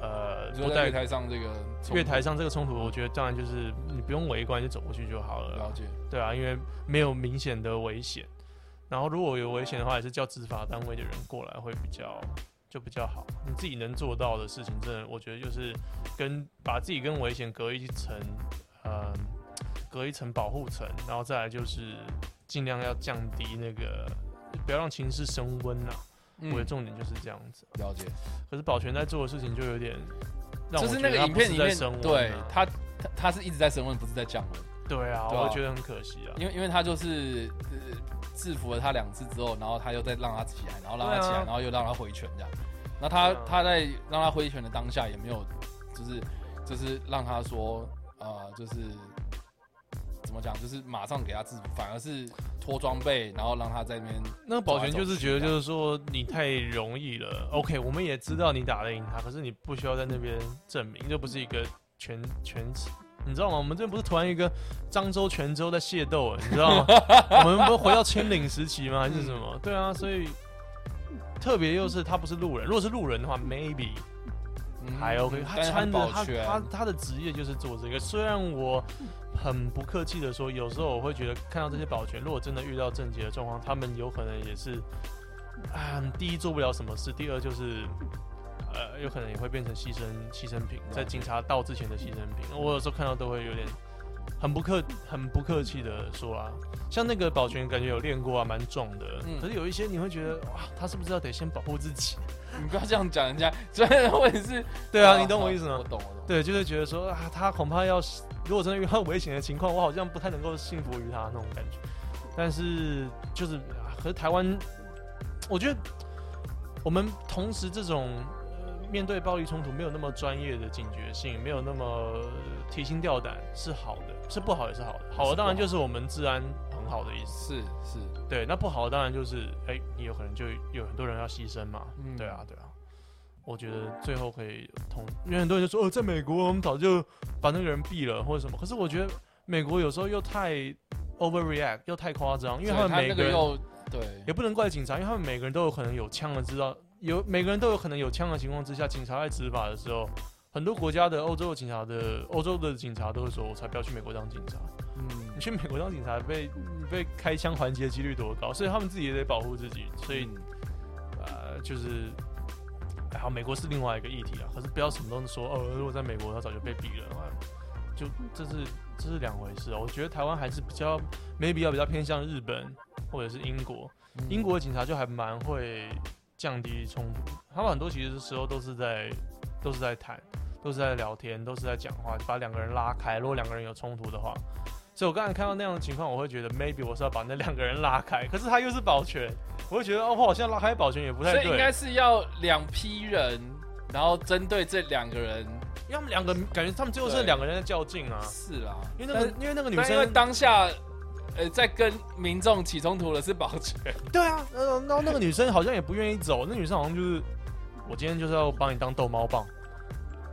S5: 呃
S4: 你
S5: 不
S4: 说在
S5: 带
S4: 月台上这个冲突
S5: 月台上这个冲突，我觉得当然就是你不用围观，就走过去就好了啦
S4: 了。解，
S5: 对啊，因为没有明显的危险。然后如果有危险的话，也是叫执法单位的人过来会比较就比较好。你自己能做到的事情，真的我觉得就是跟把自己跟危险隔一层，呃，隔一层保护层，然后再来就是尽量要降低那个，不要让情势升温呐、我的
S4: 嗯，
S5: 重点就是这样子。
S4: 了解。
S5: 可是保全在做的事情就有点让我
S4: 就是那
S5: 觉得
S4: 个
S5: 他
S4: 影
S5: 不
S4: 片
S5: 是
S4: 里
S5: 在
S4: 面
S5: 升温啊、，
S4: 对他他他是一直在升温，不是在降温，
S5: 对啊，
S4: 对啊
S5: 我觉得很可惜啊。
S4: 因为因为他就是呃制服了他两次之后，然后他又再让他起来，然后让他起来，
S5: 对啊
S4: 然后又让他挥拳这样。那他
S5: 对啊
S4: 他在让他挥拳的当下也没有，就是就是让他说呃就是怎么讲，就是马上给他制服，反而是脱装备，然后让他在那边
S5: 那个保全
S4: 走来走
S5: 就是觉得，
S4: 去啊
S5: 就是说你太容易了。OK，我们也知道你打得赢他，可是你不需要在那边证明，这不是一个全全，你知道吗？我们这边不是突然一个漳州、泉州在械斗，啊你知道 吗？我们不是回到清领时期吗？还是什
S4: 嗯
S5: 么？对啊，所以特别又是他不是路人，如果是路人的话，maybe
S4: 嗯
S5: 还 OK。他
S4: 但是
S5: 穿
S4: 很
S5: 着
S4: 保
S5: 他
S4: 全
S5: 他他的职业就是做这个，虽然我很不客气的说，有时候我会觉得看到这些保全，如果真的遇到症结的状况，他们有可能也是，啊，第一做不了什么事，第二就是。呃，有可能也会变成牺牲牺牲品，在警察到之前的牺牲品。我有时候看到都会有点很不客很不客气的说啊，像那个保全感觉有练过啊，蛮壮的。
S4: 嗯
S5: 可是有一些你会觉得哇，他是不是要得先保护自己？
S4: 你不要这样讲人家，虽然我也是
S5: 对啊，你懂我意思吗
S4: 我？懂我懂。
S5: 对，就是觉得说啊，他恐怕要是如果真的遇到危险的情况，我好像不太能够信服于他那种感觉。但是就是，啊可是台湾，我觉得我们同时这种、呃面对暴力冲突没有那么专业的警觉性，没有那么呃提心吊胆是好的，是不好也是好的。好的当然就是我们治安很好的意思，
S4: 是是，
S5: 对。那不好的当然就是，哎、你有可能就有很多人要牺牲嘛，
S4: 嗯
S5: 对啊，对啊。我觉得最后可以同，因为很多人就说，哦，在美国我们早就把那个人毙了或者什么。可是我觉得美国有时候又太 overreact，又太夸张，因为
S4: 所以
S5: 们每
S4: 那
S5: 个
S4: 个
S5: 人
S4: 又对
S5: 也不能怪警察，因为他们每个人都有可能有枪的，知道有每个人都有可能有枪的情况之下，警察在执法的时候，很多国家的欧洲的警察的欧洲的警察都会说，我才不要去美国当警察。
S4: 嗯
S5: 你去美国当警察被被开枪环击的几率多高，所以他们自己也得保护自己，所以
S4: 嗯
S5: 呃，就是，哎好，美国是另外一个议题啊。可是不要什么都说哦，如果在美国，他早就被毙了，啊就这是这是两回事啊。我觉得台湾还是比较 maybe 要比较偏向日本或者是英国，
S4: 嗯
S5: 英国的警察就还蛮会降低冲突，他们很多其实时候都是在都是在谈，都是在聊天，都是在讲话，把两个人拉开。如果两个人有冲突的话，所以我刚才看到那样的情况，我会觉得 maybe 我是要把那两个人拉开，可是他又是保全，我会觉得哦，我好像拉开保全也不太
S4: 所
S5: 对，
S4: 以应该是要两批人，然后针对这两个人
S5: 因为他们两个感觉他们最后是
S4: 对
S5: 两个人在较劲啊，
S4: 是啦，
S5: 因为那个因为那个
S4: 但
S5: 女
S4: 但因为
S5: 生
S4: 当下呃在跟民众起冲突的是保全，
S5: 对啊，呃然后那个女生好像也不愿意走，那女生好像就是我今天就是要帮你当逗猫棒，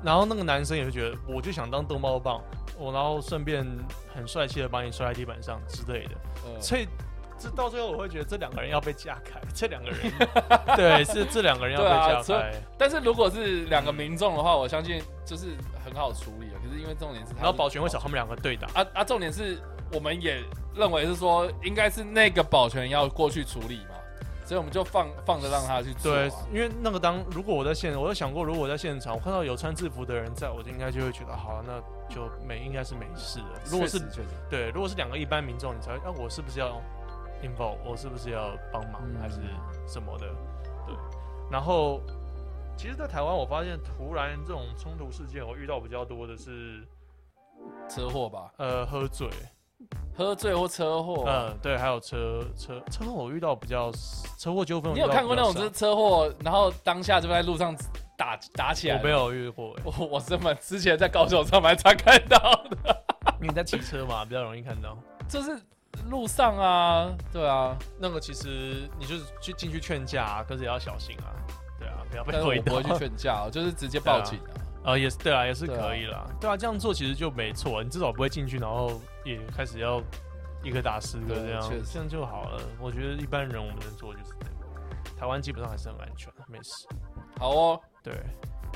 S5: 然后那个男生也是觉得我就想当逗猫棒，我然后顺便很帅气的把你摔在地板上之类的，
S4: 呃
S5: 所以这到最后我会觉得这两个人要被架开，这两个人 对是这两个人要
S4: 对啊
S5: 被架
S4: 所以
S5: 开，
S4: 但是如果是两个民众的话，我相信就是很好处理了。可是因为重点是他，
S5: 然后保全会找他们两个对打，
S4: 啊啊，重点是我们也认为是说应该是那个保全要过去处理嘛，所以我们就放放着让他去做啊、
S5: 对，因为那个当如果我在现，我有想过，如果我在现场，我看到有穿制服的人在，我就应该就会觉得，好了，啊那就没应该是没事的。如果是
S4: 确实确实
S5: 对，如果是两个一般民众，你才会，啊，我是不是要 involve，我是不是要帮忙、
S4: 嗯
S5: 还是什么的？对，然后其实，在台湾我发现，突然这种冲突事件，我遇到比较多的是，
S4: 车祸吧，
S5: 呃，喝醉，
S4: 喝醉或车祸
S5: 嗯、。对，还有车车车祸，我遇到比较车祸纠纷，我
S4: 你
S5: 遇
S4: 有
S5: 到
S4: 看
S5: 比
S4: 过那
S5: 较
S4: 种
S5: 少
S4: 就是车祸，然后当下就在路上打打起来
S5: 我
S4: 的？
S5: 没有遇过、欸
S4: 我我是蛮之前在高雄上班常看到的，
S5: 因为你在骑车嘛，比较容易看到。
S4: 就是路上啊，对啊，
S5: 那个其实你就是去进去劝架、啊，可是也要小心啊，对啊，不要被
S4: 但是我
S5: 推
S4: 不
S5: 倒
S4: 会。去劝架，我就是直接报警啊。
S5: 啊、也是对啊，也是
S4: 对啊
S5: 可以啦。对啊，这样做其实就没错，你至少不会进去，然后也开始要一个打十个
S4: 对
S5: 这样
S4: 确，实
S5: 这样就好了。我觉得一般人我们能做的就是这个。台湾基本上还是很安全，没事。
S4: 好哦，
S5: 对，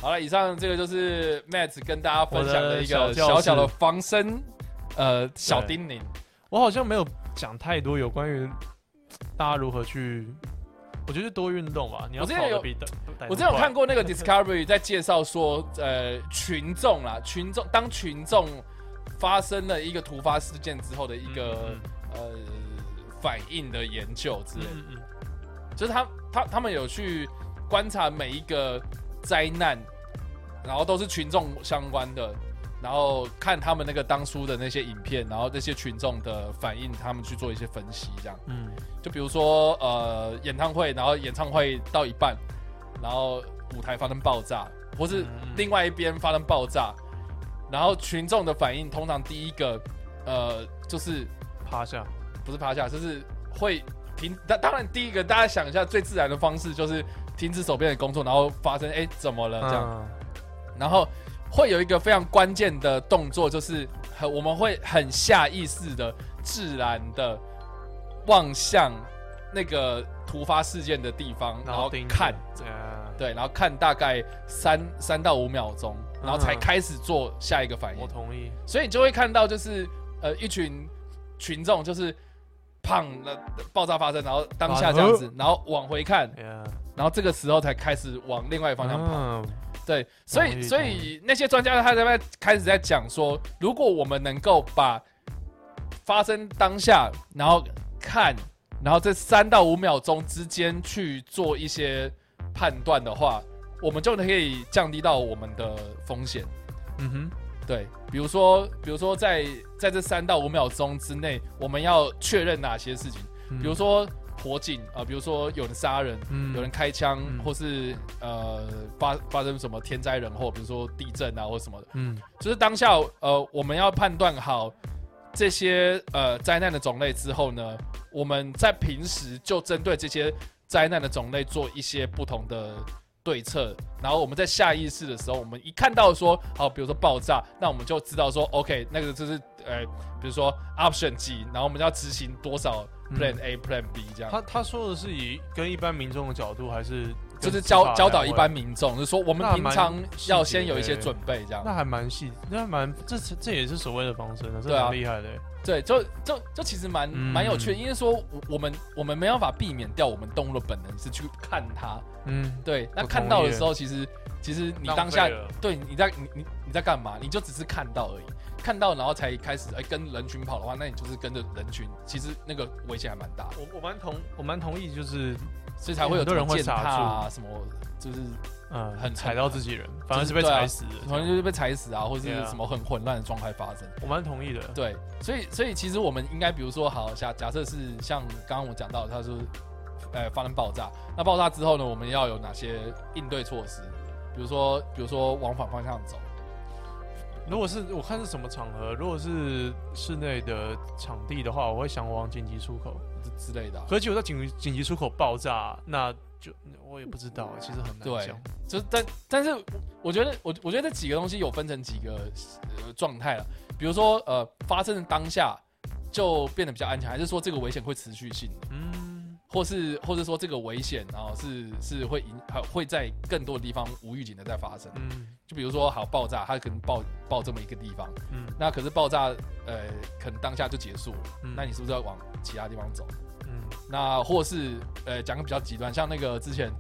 S4: 好了，以上这个就是 Matt 跟大家分享的一
S5: 我
S4: 个
S5: 的小教室
S4: 小小的防身呃小叮咛。
S5: 我好像没有讲太多有关于大家如何去我觉得多运动吧，你要
S4: 我之前
S5: 跑得
S4: 有
S5: 比打打得
S4: 我之前有
S5: 快
S4: 看过那个 Discovery 在介绍说，呃，群众啦，群众当群众发生了一个突发事件之后的一个
S5: 嗯、
S4: 呃反应的研究之类的，
S5: 嗯嗯嗯
S4: 就是他他他们有去观察每一个灾难，然后都是群众相关的，然后看他们那个当初的那些影片，然后那些群众的反应，他们去做一些分析，这样。
S5: 嗯，
S4: 就比如说呃演唱会，然后演唱会到一半，然后舞台发生爆炸，或是
S5: 嗯嗯
S4: 另外一边发生爆炸，然后群众的反应通常第一个呃就是
S5: 趴下，
S4: 不是趴下，就是会停。当当然第一个大家想一下最自然的方式就是停止手边的工作，然后发生哎、怎么了这样，
S5: 嗯
S4: 然后会有一个非常关键的动作，就是很我们会很下意识的、自然的望向那个突发事件的地方，然后
S5: 盯着
S4: 看，，
S5: 嗯
S4: 对，然后看大概三三到五秒钟，然后才
S5: 嗯
S4: 开始做下一个反应
S5: 我。同意，
S4: 所以你就会看到，就是呃，一群群众就是。砰！那爆炸发生，然后当下这样
S5: 啊
S4: 子，然后往回看，
S5: 嗯
S4: 然后这个时候才开始往另外一个方向跑。
S5: 嗯
S4: 对，所
S5: 同
S4: 以
S5: 意
S4: 所以那些专家他在那边开始在讲说，如果我们能够把发生当下，然后看，然后这三到五秒钟之间去做一些判断的话，我们就可以降低到我们的风险。
S5: 嗯哼，
S4: 对，比如说，比如说在在这三到五秒钟之内，我们要确认哪些事情，
S5: 嗯
S4: 比如说火警啊、呃比如说有人杀人，
S5: 嗯
S4: 有人开枪，
S5: 嗯
S4: 或是呃发发生什么天灾人祸，比如说地震啊或什么的，
S5: 嗯
S4: 就是当下呃我们要判断好这些呃灾难的种类之后呢，我们在平时就针对这些灾难的种类做一些不同的对策，然后我们在下意识的时候，我们一看到说好，比如说爆炸，那我们就知道说 OK 那个就是呃比如说 option 几，然后我们要执行多少 plan A、plan B 这样。
S5: 嗯他他说的是以跟一般民众的角度，还是跟
S4: 就是
S5: 司
S4: 教
S5: 法
S4: 教
S5: 单
S4: 导
S5: 位
S4: 一般民众，就是说我们
S5: 那
S4: 平
S5: 蛮
S4: 常
S5: 细
S4: 要
S5: 节
S4: 先有一
S5: 的
S4: 些
S5: 欸
S4: 准备，这样。
S5: 那还蛮细，那蛮这是这也是所谓的防身的，这
S4: 对啊
S5: 蛮厉害的欸。
S4: 对，就就就其实蛮
S5: 嗯
S4: 蛮有趣的，因为说我我们我们没办法避免掉我们动物的本能是去看它，
S5: 嗯，
S4: 对，那
S5: 我
S4: 看
S5: 同
S4: 到
S5: 意
S4: 的
S5: 耶
S4: 时候，其实其实你
S5: 浪
S4: 当下
S5: 费了
S4: 对你在你你你在干嘛？你就只是看到而已，看到然后才开始哎、跟人群跑的话，那你就是跟着人群，其实那个危险还蛮大的，
S5: 我我蛮同我蛮同意，就是
S4: 所以才会有
S5: 很多
S4: 什
S5: 人
S4: 么
S5: 会
S4: 践
S5: 傻
S4: 踏啊什么，就是
S5: 嗯
S4: 很
S5: 踩到自己人，反而
S4: 就是
S5: 是被
S4: 对啊
S5: 踩死的这
S4: 好像
S5: 样。
S4: 就是被踩死啊，或是
S5: 对啊
S4: 什么很混乱的状态发生。
S5: 我蛮同意的。
S4: 对，所以所以其实我们应该，比如说，好假假设是像刚刚我讲到的，他说，呃，发生爆炸，那爆炸之后呢，我们要有哪些应对措施？比如说，比如说往反方向走，
S5: 如果是我看是什么场合，如果是室内的场地的话，我会想往紧急出口。
S4: 之之类的啊、
S5: 可是有在紧紧急出口爆炸，那就我也不知道，欸其实很
S4: 对
S5: 难讲。
S4: 就是但但是我觉得我我觉得这几个东西有分成几个呃状态了，比如说呃发生的当下就变得比较安全，还是说这个危险会持续性的，
S5: 嗯，
S4: 或是或是说这个危险啊是是会影呃会在更多的地方无预警的在发生。
S5: 嗯
S4: 就比如说好爆炸，它可能爆爆这么一个地方，
S5: 嗯
S4: 那可是爆炸，呃，可能当下就结束了，
S5: 嗯
S4: 那你是不是要往其他地方走？
S5: 嗯
S4: 那或是呃，讲个比较极端，像那个之前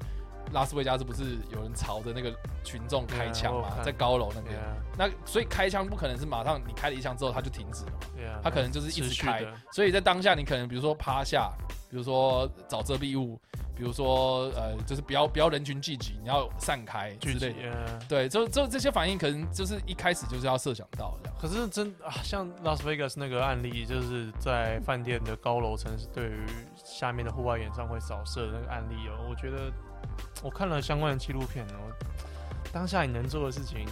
S4: 拉斯维加斯不是有人朝着那个群众开枪
S5: 对啊我
S4: 嘛，
S5: 有看
S4: 在高楼那边，
S5: ，Yeah
S4: 那所以开枪不可能是马上你开了一枪之后它就停止了嘛，
S5: Yeah，
S4: 它可能就是一
S5: 啊
S4: 直
S5: 持续
S4: 开，
S5: 的，
S4: 所以在当下，你可能比如说趴下，比如说找遮蔽物，比如说呃，就是不要不要人群聚集，你要散开之
S5: 聚集
S4: 类的。
S5: ，yeah
S4: 对，就就这些反应，可能就是一开始就是要设想到这样。
S5: 可是真啊，像拉斯维加斯那个案例，就是在饭店的高楼层是对于下面的户外演唱会扫射的那个案例哦，我觉得我看了相关的纪录片哦，当下你能做的事情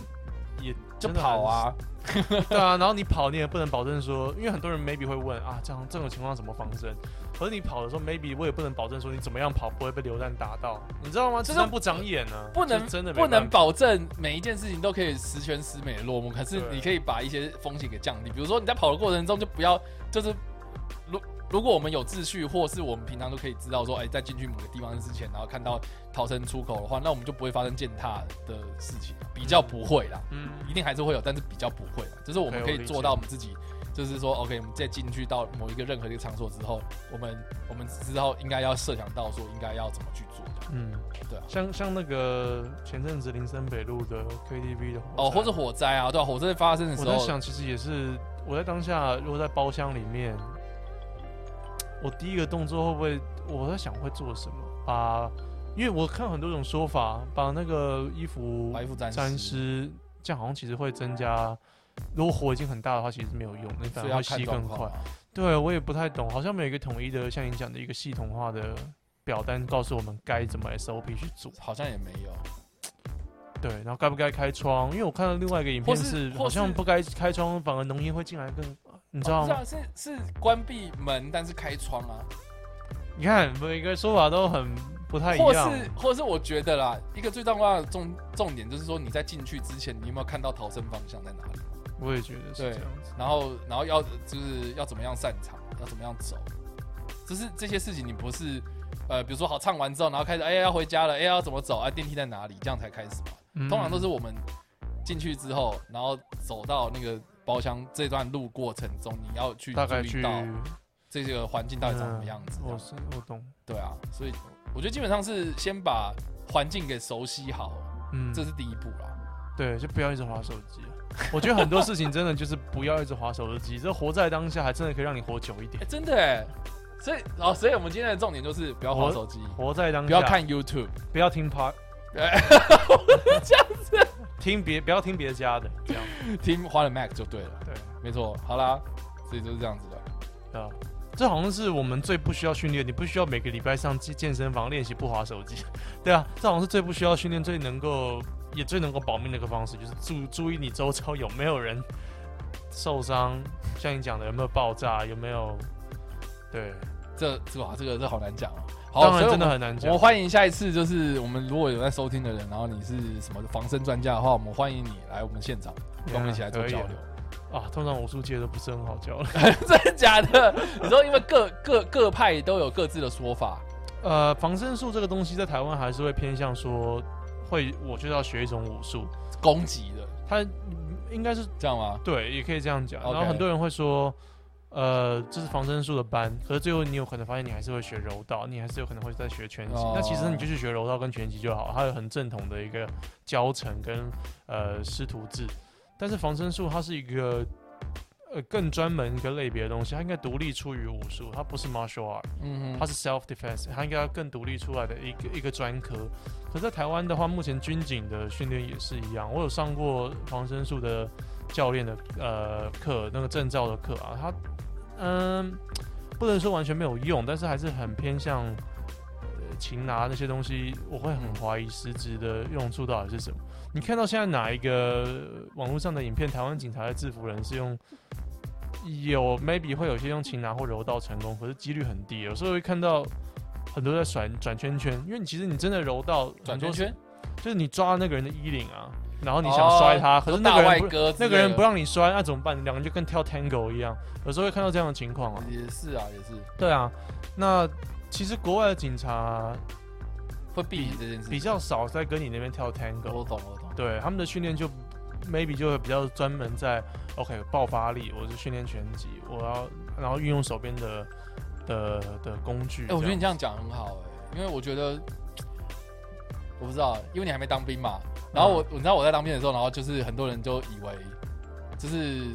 S5: 也
S4: 就
S5: 真的
S4: 跑 啊，
S5: 很，对啊，然后你跑你也不能保证说，因为很多人 maybe 会问啊，这样这种情况怎么防身？可是你跑的时候 maybe 我也不能保证说你怎么样跑不会被流弹打到，你知道吗？
S4: 就是
S5: 子弹不长眼呢、
S4: 不能
S5: 就真的没
S4: 不能
S5: 办法
S4: 保证每一件事情都可以十全十美的落幕，可是
S5: 对
S4: 你可以把一些风险给降低。比如说你在跑的过程中，就不要就是如如果我们有秩序，或是我们平常都可以知道说，哎、在进去某个地方之前，然后看到逃生出口的话，那我们就不会发生践踏的事情，比较不会啦，
S5: 嗯
S4: 啊一定还是会有，但是比较不会啦。就是我们可以做到我们自己就是说，OK，我们再进去到某一个任何一个场所之后，我们我们之后应该要设想到说应该要怎么去做这样
S5: 嗯，
S4: 对啊。
S5: 像像那个前阵子林森北路的 KTV 的
S4: 哦，或
S5: 火
S4: 者
S5: 灾
S4: 火灾啊，对啊，火灾发生的时
S5: 我
S4: 候，
S5: 在想，其实也是我在当下，如果在包厢里面，我第一个动作会不会我在想会做什么？把，因为我看很多种说法，把那个衣服
S4: 把衣服沾湿
S5: 沾湿，这样好像其实会增加。如果火已经很大的话，其实是没有用的，你反
S4: 所以
S5: 而
S4: 要
S5: 会
S4: 看
S5: 吸
S4: 状
S5: 更
S4: 况
S5: 快
S4: 啊。。
S5: 对我也不太懂，好像没有一个统一的，像你讲的一个系统化的表单，告诉我们该怎么 SOP 去做。
S4: 好像也没有，
S5: 对，然后该不该开窗？因为我看到另外一个影
S4: 或
S5: 片
S4: 是
S5: 是，
S4: 或
S5: 好像
S4: 是
S5: 不该开窗，反而浓烟会进来更，你
S4: 你
S5: 知道吗？
S4: 是啊是是关闭门，但是开窗啊，
S5: 你看每个说法都很不太一
S4: 或
S5: 样。
S4: 是或是我觉得啦，一个最重要的重重点就是说你在进去之前，你有没有看到逃生方向在哪里？
S5: 我也觉得是
S4: 对
S5: 这样子。
S4: 然后然后要就是要怎么样擅长，要怎么样走，就是这些事情你不是呃，比如说好唱完之后，然后开始哎要回家了，哎要怎么走啊，电梯在哪里，这样才开始嘛。
S5: 嗯
S4: 通常都是我们进去之后，然后走到那个包厢这段路过程中，你要去
S5: 大概
S4: 注
S5: 去
S4: 意到这个环境到底长什么样子。这
S5: 嗯我
S4: 样
S5: 是我懂，
S4: 对啊，所以我觉得基本上是先把环境给熟悉好，
S5: 嗯，
S4: 这是第一步啦。
S5: 对，就不要一直划手机了。我觉得很多事情真的就是不要一直划手机，这活在当下还真的可以让你活久一点
S4: 哎、。真的哎，所以哦，所以我们今天的重点就是不要
S5: 我
S4: 滑手机，
S5: 活在当下，
S4: 不要，看 YouTube。
S5: 不要听 p a r
S4: 哎
S5: 这样子，听别不要听别家的，这样
S4: 听花了 Mac 就对了，
S5: 对
S4: 没错。好啦，所以就是这样子的。
S5: 对啊。这好像是我们最不需要训练，你不需要每个礼拜上健健身房练习不划手机， 对啊，这好像是最不需要训练、最能够也最能够保命的一个方式，就是注注意你周遭有没有人受伤，像你讲的有没有爆炸，有没有对，
S4: 这这个啊这个这好难讲哦。好，
S5: 当
S4: 所
S5: 然
S4: 以
S5: 真
S4: 我
S5: 的
S4: 们
S5: 很难
S4: 我
S5: 讲
S4: 们。欢迎下一次，就是我们如果有在收听的人，然后你是什么防身专家的话，我们欢迎你来我们现场跟我们一起来做
S5: 可以
S4: 交
S5: 啊
S4: 流。
S5: 啊，通常武术界都不是很好教了。
S4: 真的假的？你说因为各各各派都有各自的说法，
S5: 呃，防身术这个东西在台湾还是会偏向说，会我就要学一种武术，
S4: 攻击的，
S5: 它应该是
S4: 这样吗？
S5: 对，也可以这样讲。然后
S4: OK
S5: 很多人会说，呃，这是防身术的班，可是最后你有可能发现你还是会学柔道，你还是有可能会再学拳击。
S4: 哦
S5: 那其实你就去学柔道跟拳击就好，它有很正统的一个教程跟呃师徒制。但是防身术它是一个呃更专门一个类别的东西，它应该独立出于武术，它不是 martial art。
S4: 嗯
S5: 它
S4: 哼，
S5: 是 self defense，它应该要更独立出来的一个一个专科。可在台湾的话，目前军警的训练也是一样。我有上过防身术的教练的呃课，那个证照的课啊，他嗯不能说完全没有用，但是还是很偏向呃擒拿那些东西，我会很怀疑实质的用处到底是什么。你看到现在哪一个网络上的影片，台湾警察在制服人是用有 maybe 会有些用擒拿或柔道成功，可是几率很低。有时候会看到很多在甩转圈圈，因为你其实你真的柔道
S4: 转
S5: 很多
S4: 圈圈，哦
S5: 就是你抓那个人的衣领啊，然后你想摔他，可是那
S4: 大
S5: 个
S4: 外
S5: 人不
S4: 哥之
S5: 那
S4: 类的，
S5: 个人不让你摔，那怎么办？两个人就跟跳 tango 一样，有时候会看到这样的情况啊。
S4: 也是啊，也是
S5: 对啊，那其实国外的警察
S4: 会避免这件事。
S5: 比较少在跟你那边跳 tango，
S4: 我懂，我懂。
S5: 对他们的训练就 maybe 就会比较专门在 OK 爆发力，我是训练拳击，我要然后运用手边的的的工具。
S4: 哎、我觉得你
S5: 这
S4: 这样讲很好哎、因为我觉得我不知道，因为你还没当兵嘛。
S5: 嗯
S4: 然后我，你知道我在当兵的时候，然后就是很多人就以为就是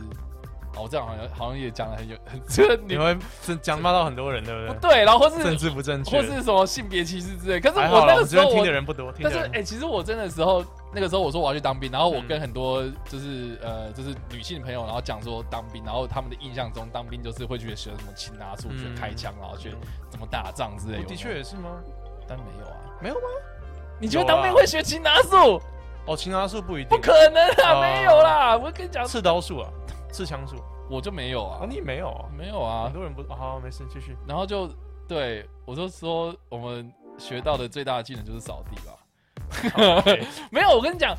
S4: 哦，我这样好像好像也讲的很有， 这个
S5: 样
S4: 你
S5: 你会真讲骂到很多人，对
S4: 不
S5: 不对？
S4: 对，然后或
S5: 政
S4: 是
S5: 治不正确，
S4: 或是什么性别歧视之类。可是
S5: 还
S4: 我
S5: 好
S4: 那
S5: 啦，我
S4: 个
S5: 们
S4: 时
S5: 这
S4: 候
S5: 边听
S4: 我
S5: 的人不多，听
S4: 但
S5: 的
S4: 是
S5: 人
S4: 哎、欸其实我真的时候，那个时候我说我要去当兵，然后我
S5: 嗯
S4: 跟很多就是、呃，就是女性朋友，然后讲说当兵，然后他们的印象中当兵就是会去学什么擒拿术、学
S5: 嗯
S4: 开枪，然后学怎么打仗之类的。
S5: 的确，也是吗？
S4: 但没有啊，
S5: 没有
S4: 吗？你觉得
S5: 有啊
S4: 当兵会学擒拿术？
S5: 哦，擒拿术不一定，
S4: 不可能啊，
S5: 哦
S4: 没有啦！我跟你讲，
S5: 刺刀术啊，刺枪术
S4: 我就没有
S5: 啊，
S4: 啊，
S5: 你没有啊？
S4: 没有啊
S5: 很。多人不好、没事，继续。
S4: 然后就对我就说，我们学到的最大的技能就是扫地吧。没有，我跟你讲，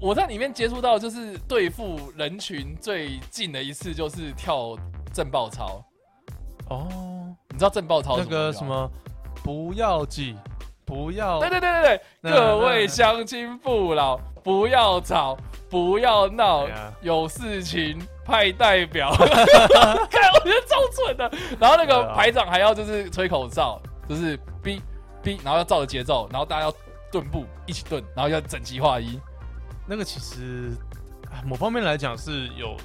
S4: 我在里面接触到就是对付人群最近的一次就是跳震爆操，
S5: 哦，
S4: 你知道震爆操
S5: 那
S4: 是
S5: 个
S4: 什
S5: 什
S4: 么吗？
S5: 么，不要挤，不要
S4: 对对对对对，
S5: 那
S4: 各位
S5: 那
S4: 乡亲父老，不要吵，不要闹
S5: 哎呀，
S4: 有事情派代 表。看，我觉得超蠢的。然后那
S5: 对
S4: 个
S5: 啊
S4: 排长还要就是吹口哨，就是哔哔，然后要照着节奏，然后大家要顿步一起顿，然后要整齐划一。
S5: 那个其实啊某方面来讲是有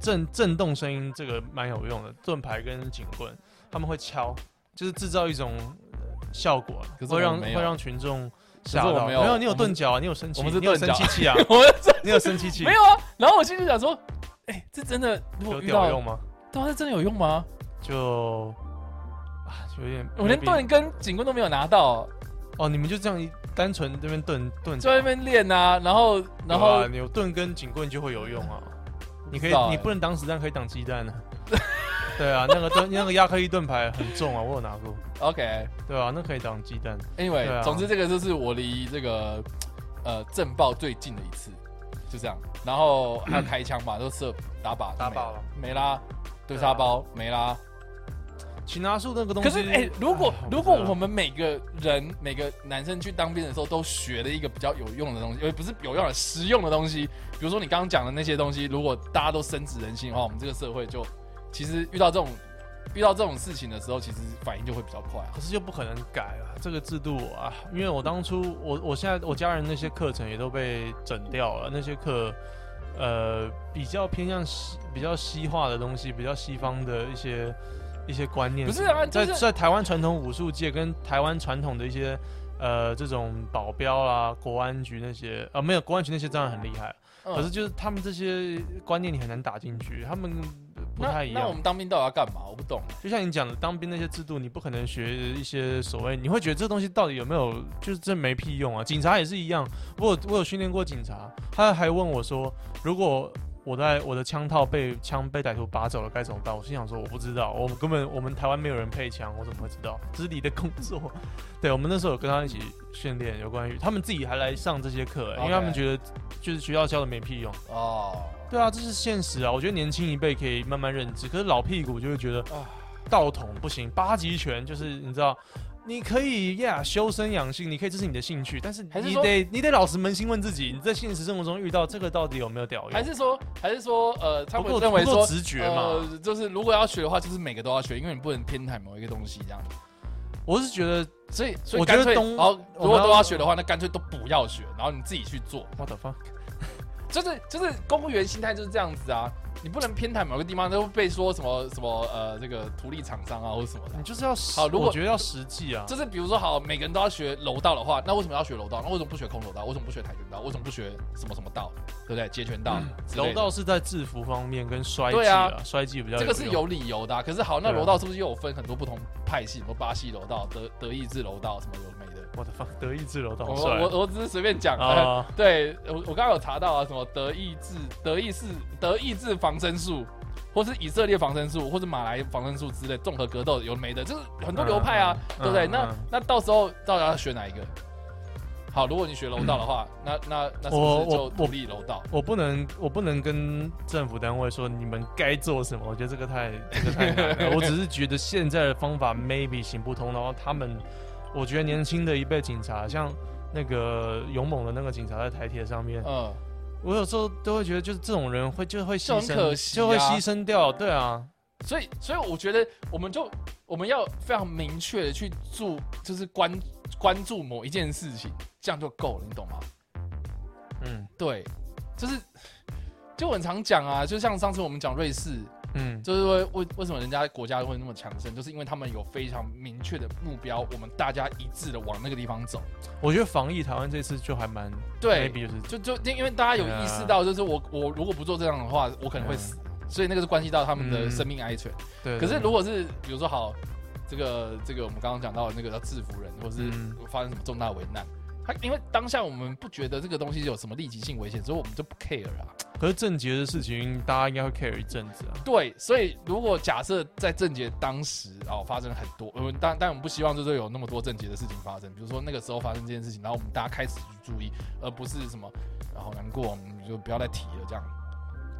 S5: 震震动声音，这个蛮有用的。盾牌跟警棍他们会敲，就是制造一种呃效果，
S4: 可是我
S5: 会让
S4: 们没
S5: 会
S4: 有
S5: 让群众吓
S4: 可是我
S5: 到。
S4: 没有
S5: 你
S4: 我
S5: 有
S4: 们
S5: 钝角啊，你有生气，
S4: 我们是
S5: 你有
S4: 钝
S5: 生
S4: 角
S5: 气气啊，
S4: 我这
S5: 你有生气气，
S4: 没有啊。然后我心里想说，哎、这真的如果
S5: 有
S4: 遇
S5: 屌
S4: 到
S5: 用，吗？
S4: 对啊，这真的有用吗？
S5: 就啊，有点
S4: 我连
S5: maybe-
S4: 盾跟警棍都没有拿到，
S5: 哦，你们就这样一单纯这边盾盾
S4: 就在那边练啊，然后然
S5: 有啊
S4: 后
S5: 你有盾跟警棍就会有用啊。你可以
S4: 知道，欸
S5: 你不能挡子弹，可以挡鸡 蛋啊。对啊，那个盾，那个亚克力盾牌很重啊，我有拿过。
S4: OK。
S5: 对啊，那可以挡鸡蛋。
S4: Anyway，、
S5: 对啊
S4: 总之这个就是我离这个呃震爆最近的一次，就这样。然 后还有开枪嘛，都射打靶，
S5: 打
S4: 没
S5: 靶了
S4: 没啦，对沙包、没啦。
S5: 擒拿术那个东
S4: 可
S5: 西，
S4: 是哎、如果
S5: 哎
S4: 如果我
S5: 不知
S4: 们每个人每个男生去当兵的时候都学了一个比较有用的东西，呃，不是有用的实用的东西，比如说你刚刚讲的那些东西，如果大家都深植人心的话，我们这个社会就其实遇到这种遇到这种事情的时候，其实反应就会比较快啊
S5: 道，。可是就不可能改啊，这个制度啊，因为我当初我我现在我家人那些课程也都被整掉了，那些课呃比较偏向西比较西化的东西，比较西方的一些一些观念
S4: 不
S5: 什么的。
S4: 是啊，就
S5: 在
S4: 是
S5: 在台湾传统武术界跟台湾传统的一些呃这种保镖啊、国安局那些啊、没有国安局那些当然很厉害，
S4: 嗯
S5: 可是就是他们这些观念你很难打进去，他们呃不
S4: 那
S5: 太一
S4: 那我
S5: 样
S4: 们。当兵到底要干嘛？我不懂。
S5: 就像你讲的，当兵那些制度，你不可能学一些所谓，你会觉得这东西到底有没有，就是真没屁用啊。警察也是一样，我有我有训练过警察，他还问我说，如果我在我的枪套被枪被歹徒拔走了该怎么办？我心想说我不知道，我们根本我们台湾没有人配枪，我怎么会知道？这是你的工作。 对我们那时候有跟他一起训练有关于他们自己还来上这些课、欸因为他们
S4: OK
S5: 觉得就是学校教的没屁用。
S4: 哦，
S5: 对啊，这是现实啊。我觉得年轻一辈可以慢慢认知，可是老屁股就会觉得
S4: 啊
S5: 道统不行，八极拳就是你知道。你可以呀修身养性，你可以这是你的兴趣，但是
S4: 还是
S5: 你
S4: 说
S5: 得你得老实扪心问自己，你在现实生活中遇到这个到底有没有屌用？
S4: 还是说，还是说，呃，他
S5: 不
S4: 们
S5: 够
S4: 认为
S5: 不够
S4: 说，
S5: 直觉嘛？
S4: 呃，就是如果要学的话，就是每个都要学，因为你不能偏袒某一个东西这样。
S5: 我是觉得
S4: 所以，所以
S5: 我觉
S4: 干
S5: 得
S4: 脆，
S5: 东
S4: 然后
S5: 我
S4: 如
S5: 们
S4: 果
S5: 要
S4: 都要学的话，那干脆都不要学，然后你自己去做。
S5: 我的方
S4: 就是就是公务员心态就是这样子啊，你不能偏袒某个地方，都会被说什么什么呃这个图利厂商啊或者什么的
S5: 你。就是要实
S4: 好如果
S5: 我觉得要实际啊，
S4: 就是比如说，好，每个人都要学柔道的话，那为什么要学柔道？那为什么不学空手道？为什么不学跆拳道？为什么不学什么什么道？对不对？截拳嗯道之类的、
S5: 柔道是在制服方面跟摔技
S4: 对啊
S5: 啊，摔技比较
S4: 这个是
S5: 用
S4: 有理由的、啊。可是好，那
S5: 对啊
S4: 柔道是不是又有分很多不同派系？什么巴西柔道、德德意志柔道什么有的没的？
S5: 我的方德意志柔道
S4: 我
S5: 好帅啊
S4: 我我只是随便讲啊。
S5: 啊，
S4: 对，我我刚刚有查到啊，什么德意志、德意志、德意志防身术，或是以色列防身术，或是马来防身术之类，综合格斗有的没的，就是很多流派啊，
S5: 嗯嗯
S4: 对不对？
S5: 嗯
S4: 那
S5: 嗯
S4: 那到时候到底要学哪一个？好，如果你学柔道的话，那那那是不
S5: 我
S4: 是就
S5: 我
S4: 独立柔道？
S5: 我不能，我不能跟政府单位说你们该做什么，我觉得这个太， 这个 太难了。我只是觉得现在的方法 maybe 行不通，然后他们，我觉得年轻的一辈警察，像那个勇猛的那个警察在台铁上面，
S4: 嗯，
S5: 我有时候都会觉得，就是这种人会就会牺
S4: 这
S5: 牲，
S4: 很可惜啊
S5: 就会牺牲掉，对啊，
S4: 所以，所以我觉得我们就我们要非常明确的去注，就是关关注某一件事情，这样就够了，你懂吗？
S5: 嗯
S4: 对，就是就我很常讲啊，就像上次我们讲瑞士，
S5: 嗯，
S4: 就是说为为什么人家国家会那么强盛，就是因为他们有非常明确的目标，我们大家一致的往那个地方走。
S5: 我觉得防疫台湾这次就还蛮
S4: 对，
S5: ，maybe 就是
S4: 就就因为大家有意识到，就是我我如果不做这样的话，我可能会死，所以那个是关系到他们的
S5: 嗯
S4: 生命安全。
S5: 对，
S4: 可是
S5: 对
S4: 如果是比如说好，这个这个我们刚刚讲到的那个要制服人，或是
S5: 嗯
S4: 发生什么重大危难，他因为当下我们不觉得这个东西有什么立即性危险，所以我们就不 care 啊。
S5: 可是正节的事情，大家应该会 care 一阵子啊，
S4: 对，所以如果假设在郑杰当时哦发生很多，呃，当但我们不希望就是有那么多郑杰的事情发生，比如说那个时候发生这件事情，然后我们大家开始去注意，而不是什么然后难过，我们就不要再提了这样，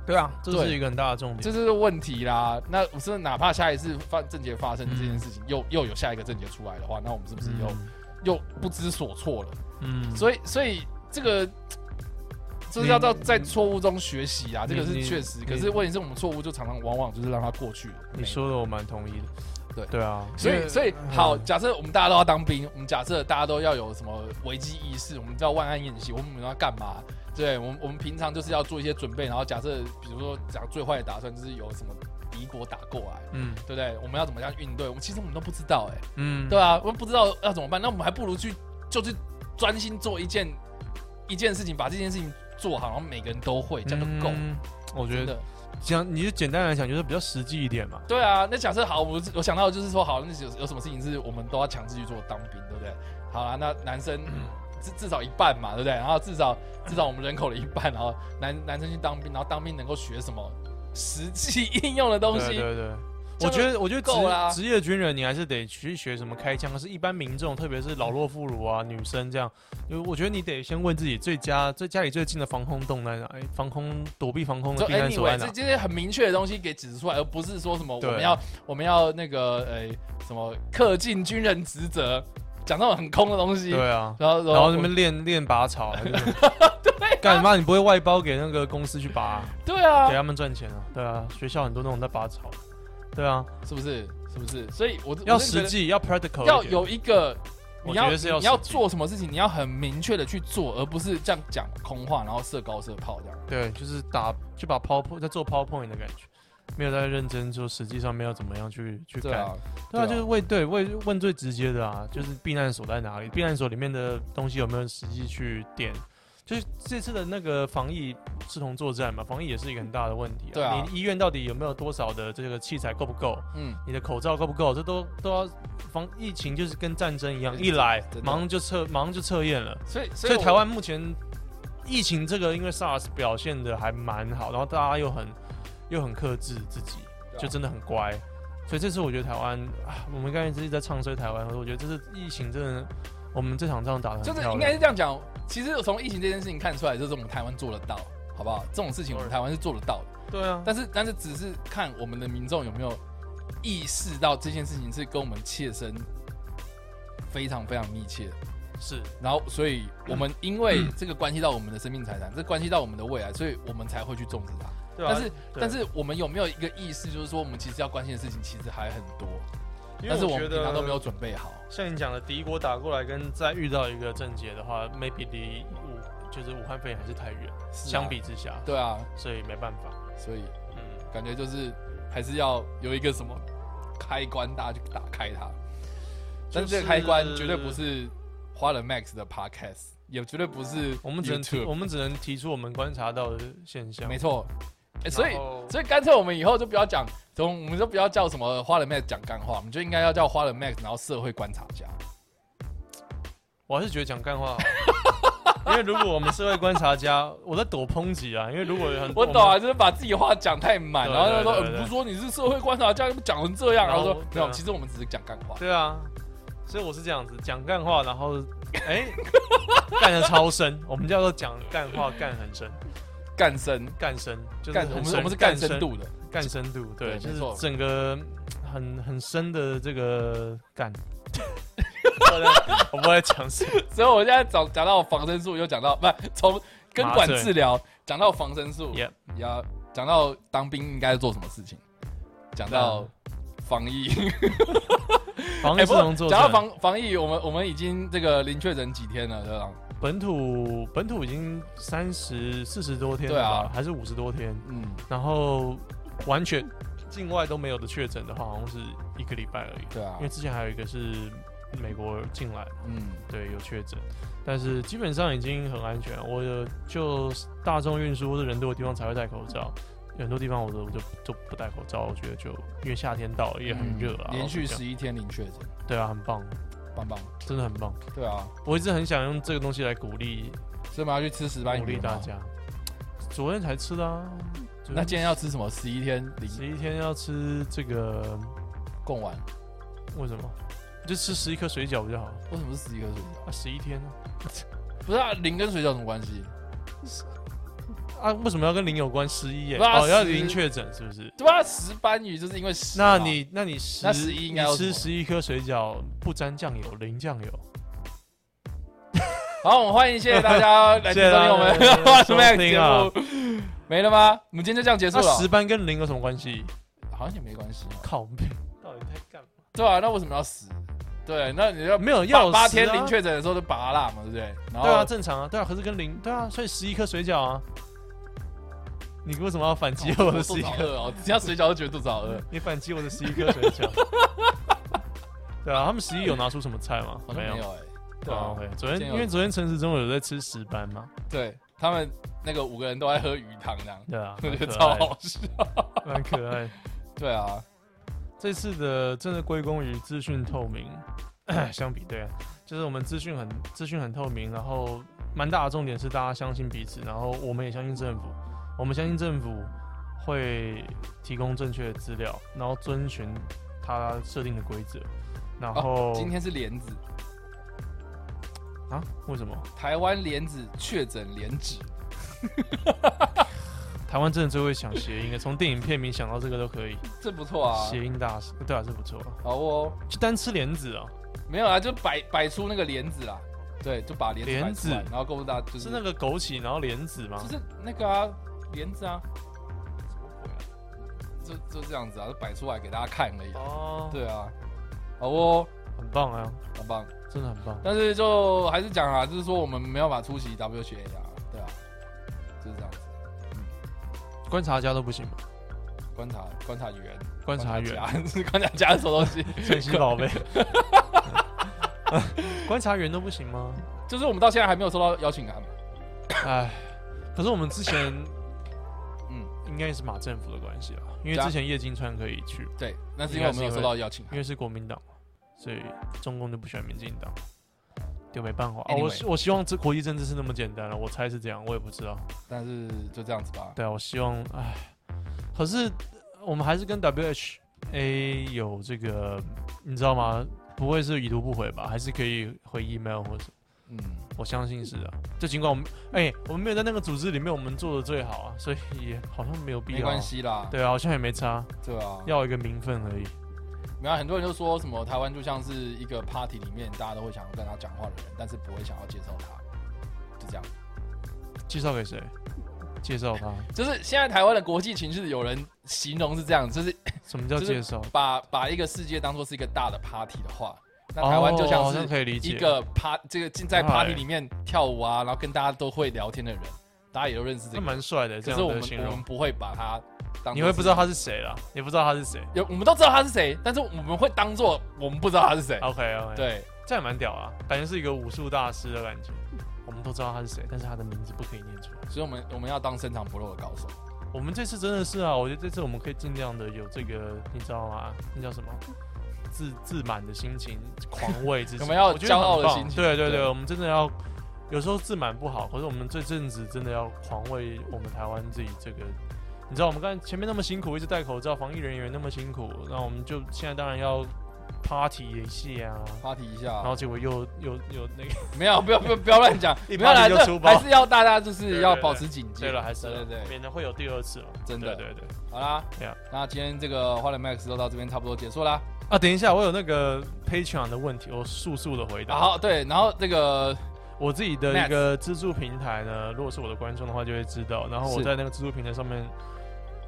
S5: 对啊，这
S4: 对
S5: 是一个很大的重点
S4: 这。就是问题啦。那我是哪怕下一次发郑杰发生这
S5: 嗯
S4: 件事情，又又有下一个郑杰出来的话，那我们是不是又、又不知所措了？
S5: 嗯，
S4: 所以所以这个就是要到在错误中学习啊，这个是
S5: 你
S4: 确实。
S5: 你
S4: 可是问题是我们错误就常常往往就是让它过去了。
S5: 你说的我蛮同意的。
S4: 对
S5: 对啊，
S4: 所
S5: 因
S4: 以，
S5: 为
S4: 所以好，
S5: 嗯
S4: 假设我们大家都要当兵，我们假设大家都要有什么危机意识，我们知道万安演习，我们要干嘛？对，我们我们平常就是要做一些准备，然后假设比如说讲最坏的打算就是有什么敌国打过来，
S5: 嗯
S4: 对不对？我们要怎么样应对？我们其实我们都不知道、哎，
S5: 嗯，
S4: 对啊，我们不知道要怎么办，那我们还不如去就去专心做一件一件事情，把这件事情做好，然后每个人都会，这样就够。
S5: 嗯我觉
S4: 真
S5: 得
S4: 的，
S5: 这样你就简单来讲，就是比较实际一点嘛。
S4: 对啊，那假设好，我我想到的就是说，好，那有有什么事情是我们都要强制去做当兵，对不对？好啊，那男生
S5: 嗯
S4: 至至少一半嘛，对不对？然后至少至少我们人口的一半，然后男男生去当兵，然后当兵能够学什么实际应用的东
S5: 对
S4: 西？
S5: 对对。
S4: 这
S5: 我
S4: 样
S5: 觉得，我觉
S4: 够啦
S5: 得职职业军人，你还是得去学什么开枪。可是，一般民众，特别是老弱妇孺啊、女生这样，因为我觉得你得先问自己最佳、最家里最近的防空洞在哪，哎防空躲避防空
S4: 就哎
S5: 的避难所
S4: anyway，
S5: 在
S4: 这
S5: 哪？
S4: 这些很明确的东西给指出来，而不是说什么我
S5: 对啊
S4: 们要我们要那个呃什么恪尽军人职责，讲那种很空的东西，
S5: 对啊，
S4: 然后
S5: 然后
S4: 哦
S5: 你
S4: 我啊
S5: 们练练拔草，还 是什么干嘛？你不会外包给那个公司去拔啊、
S4: 对啊
S5: 给，他们赚钱啊？对啊，学校很多那种在拔草，对啊，
S4: 是不是？是不是？所以我
S5: 要
S4: 我是觉
S5: 实
S4: 得
S5: 际，要 practical，
S4: 要
S5: 一点
S4: 有一个，你
S5: 我
S4: 要
S5: 觉得是要
S4: 你要
S5: 实际
S4: 做什么事情，你要很明确的去做，而不是这样讲空话，然后射高射炮这样。
S5: 对，就是打就把 PowerPoint 在做 PowerPoint 的感觉，没有在认真说实际上面要怎么样去去
S4: 对
S5: 干。
S4: 啊，
S5: 对
S4: 对
S5: 啊，
S4: 啊
S5: 就是问对问问最直接的啊，就是避难所在哪里？避难所里面的东西有没有实际去点？就是这次的那个防疫视同作战嘛，防疫也是一个很大的问题、啊。
S4: 对啊
S5: 你医院到底有没有多少的这个器材够不够？
S4: 嗯，
S5: 你的口罩够不够？这都都要防疫情，就是跟战争一样，一来
S4: 真的
S5: 马上就测，马上就测验了。
S4: 所以所
S5: 所
S4: 以
S5: 以
S4: 我
S5: 台湾目前疫情这个，因为 SARS 表现的还蛮好，然后大家又很又很克制自己，
S4: 对啊
S5: 就真的很乖。所以这次我觉得台湾，啊我们刚才一直在唱衰台湾，可是我觉得这次疫情真的，我们这场仗打的
S4: 就
S5: 很
S4: 是
S5: 漂
S4: 应该
S5: 亮
S4: 是。这样讲。其实从疫情这件事情看出来，就是我们台湾做得到，好不好？这种事情我们台湾是做得到的，
S5: 对啊，
S4: 但是但是只是看我们的民众有没有意识到这件事情是跟我们切身非常非常密切的。
S5: 是
S4: 然后，所以我
S5: 嗯
S4: 们因为这个关系到我们的生命财产，这关系到我们的未来，所以我们才会去重视它。
S5: 对啊，
S4: 但是，
S5: 对
S4: 但是我们有没有一个意识，就是说我们其实要关心的事情其实还很多，
S5: 因为
S4: 但是我
S5: 觉
S4: 们
S5: 得
S4: 平常都没有准备好。
S5: 像你讲的敌国打过来，跟再遇到一个症结的话，maybe 离武就是武汉肺炎还是太远，
S4: 是啊
S5: 相比之下，
S4: 对啊，
S5: 所以没办法。
S4: 所以
S5: 嗯，
S4: 感觉就是还是要有一个什么开关，大家去打开它。但是这个开关绝对不是花了 Max 的 Podcast，也绝对不是
S5: 我们只能
S4: YouTube
S5: 我们只能提出我们观察到的现象。
S4: 没错，哎、所以
S5: 然后
S4: 所以干脆我们以后就不要讲，从我们就不要叫什么花了 Max 讲干话，我们就应该要叫花了 Max，然后社会观察家。
S5: 我还是觉得讲干话好，因 为如果我们社会观察家，我在躲抨击啊，因为如果有很
S4: 我懂啊，，就是把自己话讲太满，
S5: 对
S4: 然后他说
S5: 对
S4: 呃：“
S5: 对对
S4: 不是说你是社会观察家，你怎么讲成这样？”然后
S5: 然后
S4: 说：“没
S5: 对啊
S4: 有，其实我们只是讲干话。
S5: 对啊，所以我是这样子讲干话，然后哎 干的超深，我们叫做讲干话干很深，”
S4: 干深，
S5: 干深就是
S4: 干
S5: 很
S4: 我们
S5: 深
S4: 我们是干深，度的，
S5: 干深度对，
S4: 对
S5: 就
S4: 没错
S5: 是整个很很深的这个 干。我的我不会讲什么，
S4: 所以我现在讲讲到防身术，又讲到不是从根管
S5: 麻醉
S4: 治疗讲到防身术，也
S5: Yep
S4: 要讲到当兵应该做什么事情，讲到防疫，
S5: 防
S4: 哎
S5: 疫
S4: 不
S5: 不
S4: 过
S5: 能做。
S4: 讲到防防疫，我们我们已经这个零确诊几天了，对吧？
S5: 本土本土已经三十四十多天了
S4: 对
S5: 吧，
S4: 啊
S5: 还是五十多天，
S4: 嗯，
S5: 然后完全境外都没有的确诊的话，好像是一个礼拜而已。
S4: 对啊
S5: 因为，之前还有一个是美国进来，
S4: 嗯，
S5: 对，有确诊，但是基本上已经很安全了。我有就大众运输或者人多的地方才会戴口罩，很多地方我都我就就不戴口罩，我觉得就因为夏天到了也很热啊，
S4: 嗯连续
S5: 老实讲
S4: 十一天零确诊，
S5: 对啊，很棒，
S4: 棒棒，
S5: 真的很棒。
S4: 对啊，
S5: 我一直很想用这个东西来鼓励
S4: 所以我们要去吃石斑鱼
S5: 鼓励
S4: 了
S5: 大
S4: 吗
S5: 家。昨天才吃的啊，
S4: 哦啊那今天要吃什么？十一天零
S5: 十一天要吃这个，
S4: 贡丸，
S5: 为什么？就吃十一颗水饺不就好了？
S4: 为什么是十一颗水饺？
S5: 啊，十一天呢
S4: 不是啊，零跟水饺有什么关系？
S5: 啊？为什么要跟零有关？十一耶，
S4: 不是啊
S5: 哦，要
S4: 十
S5: 零确诊是不是？
S4: 对啊吧？石斑鱼就是因为石嘛
S5: 那你那你十
S4: 那11应该
S5: 你
S4: 要什
S5: 吃
S4: 么
S5: 十一颗水饺不沾酱油，零酱油，
S4: 好，我们欢迎谢谢大 家来收
S5: 谢谢大
S4: 听
S5: 家
S4: 我们
S5: 收
S4: Max
S5: 听
S4: 节
S5: 啊
S4: 目。没了吗？我们今天就这样结束
S5: 那
S4: 了
S5: 十，班跟零有什么关系？
S4: 好像也没关系哦。
S5: 靠背，到底在干嘛？
S4: 对啊，那为什么要十？对，那你要
S5: 没有
S4: 八
S5: 要
S4: 八
S5: 十
S4: 天
S5: 啊
S4: 零确诊的时候就拔啦嘛，对不对？然
S5: 对啊，
S4: 后
S5: 正常啊，对啊，可是跟零对啊，所以十一颗水饺啊，你为什么要反击我的
S4: 肚
S5: 十
S4: 子
S5: 一
S4: 好
S5: 颗？
S4: 饿哦，只要水饺就觉得肚子好饿，
S5: 你反击我的十一颗水 饺？对啊，他们十一有拿出什么菜吗？
S4: 好像没有。哎。对
S5: 对啊
S4: 啊，
S5: ，OK。
S4: 今
S5: 昨
S4: 天
S5: 天
S4: 有
S5: 因为昨天陈时中有在吃石斑嘛，
S4: 对他们那个五个人都在喝鱼汤这样，
S5: 对啊，
S4: 我
S5: 蛮
S4: 觉
S5: 可
S4: 得超
S5: 爱的，
S4: 好笑。
S5: 蛮可爱的。
S4: 对啊，
S5: 这次的真的归功于资讯透明， 相比对啊，就是我们资讯很资讯很透明，然后蛮大的重点是大家相信彼此，然后我们也相信政府，我们相信政府会提供正确的资料，然后遵循他设定的规则，然后、
S4: 哦今天是莲子，
S5: 啊为什么
S4: 台湾莲子确诊莲子，
S5: 台湾真的最会想谐音的，从电影片名想到这个都可以，
S4: 这不错啊，
S5: 谐音大师对啊是不错啊，
S4: 好哦。
S5: 就单吃莲子啊，
S4: 没有啊，就摆摆出那个帘子啦，对，就把帘子摆出来
S5: 帘子
S4: 然后告诉大家就是
S5: 是那个枸杞然后莲子吗？
S4: 嗯就是那个啊帘子啊，什么鬼啊？就就这样子啊，就摆出来给大家看而已。
S5: 哦，，
S4: 对啊，好哦，
S5: 很棒啊，
S4: 很棒。
S5: 真的很棒。
S4: 但是就还是讲啊，就是说我们没有办法出席 WHA 啊，对啊，就是这样子。
S5: 观察家都不行吗？
S4: 观察观察员，
S5: 观察员，
S4: 家 是观察家是什么东 西？
S5: 神奇宝贝，观察员都不行吗？
S4: 就是我们到现在还没有收到邀请函嘛。
S5: 唉，可是我们之前
S4: 嗯，
S5: 应该是马政府的关系啦，因为
S4: 对啊
S5: 之前叶金川可以去，
S4: 对，那是因为我没有收到邀请
S5: 因
S4: 函。
S5: 为是国民党，所以中共就不喜欢民进党，就没办法。啊
S4: Anyway
S5: 我希我希望这国际政治是那么简单啊了，我猜是这样，我也不知道。
S4: 但是就这样子吧。
S5: 对啊，我希望，唉，可是我们还是跟 WHA 有这个，你知道吗？不会是已读不回吧？还是可以回 email 或者。
S4: 嗯，
S5: 我相信是啊，就尽管我们哎、我们没有在那个组织里面，我们做的最好啊，所以也好像没有必要。
S4: 没关，系啦。
S5: 对啊，好像也没差，
S4: 对啊，
S5: 要一个名分而已。
S4: 没有啊很多人就说什么台湾就像是一个 party 里面大家都会想要跟他讲话的人，但是不会想要介绍他，就这样。
S5: 介绍给谁？介绍他？
S4: 就是现在台湾的国际情势，有人形容是这样，就是
S5: 什么叫
S4: 就是
S5: 介绍？
S4: 把把一个世界当做是一个大的 party 的话，那台湾就像
S5: 哦好
S4: 是
S5: 可以理解
S4: 一个 part 这个进在
S5: 哎
S4: party 里面跳舞啊，然后跟大家都会聊天的人，大家也都认识这
S5: 那
S4: 个人。
S5: 蛮帅的，这
S4: 可是
S5: 样
S4: 我
S5: 的
S4: 们
S5: 形
S4: 我
S5: 容
S4: 们。不会把他当作是，
S5: 你会不知道他是谁啦，也不知道他是谁。
S4: 有我们都知道他是谁，但是我们会当做我们不知道他是谁。
S5: OK OK，，
S4: 对，
S5: 这样蛮屌啊，感觉是一个武术大师的感觉。我们都知道他是谁，但是他的名字不可以念出来。
S4: 所以我们我们要当深藏不露的高手。
S5: 我们这次真的是啊，我觉得这次我们可以尽量的有这个，你知道吗？那叫什么？自自满的心情，狂为自己，
S4: 我们要 有
S5: 我觉得很
S4: 骄傲的
S5: 棒
S4: 心情
S5: 对对
S4: 对
S5: 对，我们真的要，有时候自满不好，可是我们这阵子真的要狂为我们台湾自己这个，你知道我们刚才前面那么辛苦，一直戴口罩，防疫人员那么辛苦，那我们就现在当然要 party 一下啊，
S4: party 一下
S5: 然，后结果又又又那个，
S4: 没有，不要不要不要乱讲，
S5: 一
S4: 没有啦，
S5: party 就
S4: 这
S5: 出包
S4: 还是要大家就
S5: 对
S4: 是
S5: 对
S4: 要保持警戒。
S5: 对了，还是
S4: 对对对，
S5: 免得会有第二次嘛，
S4: 真的
S5: 对对对。
S4: 好啦
S5: 对啊，
S4: 那今天这个花莲 Max 就到这边差不多结束啦。
S5: 啊，等一下，我有那个 Patreon 的问题，我速速的回答。
S4: 好，对，然后这个
S5: 我自己的一个资助平台呢，如果是我的观众的话，就会知道。然后我
S4: 是
S5: 在那个资助平台上面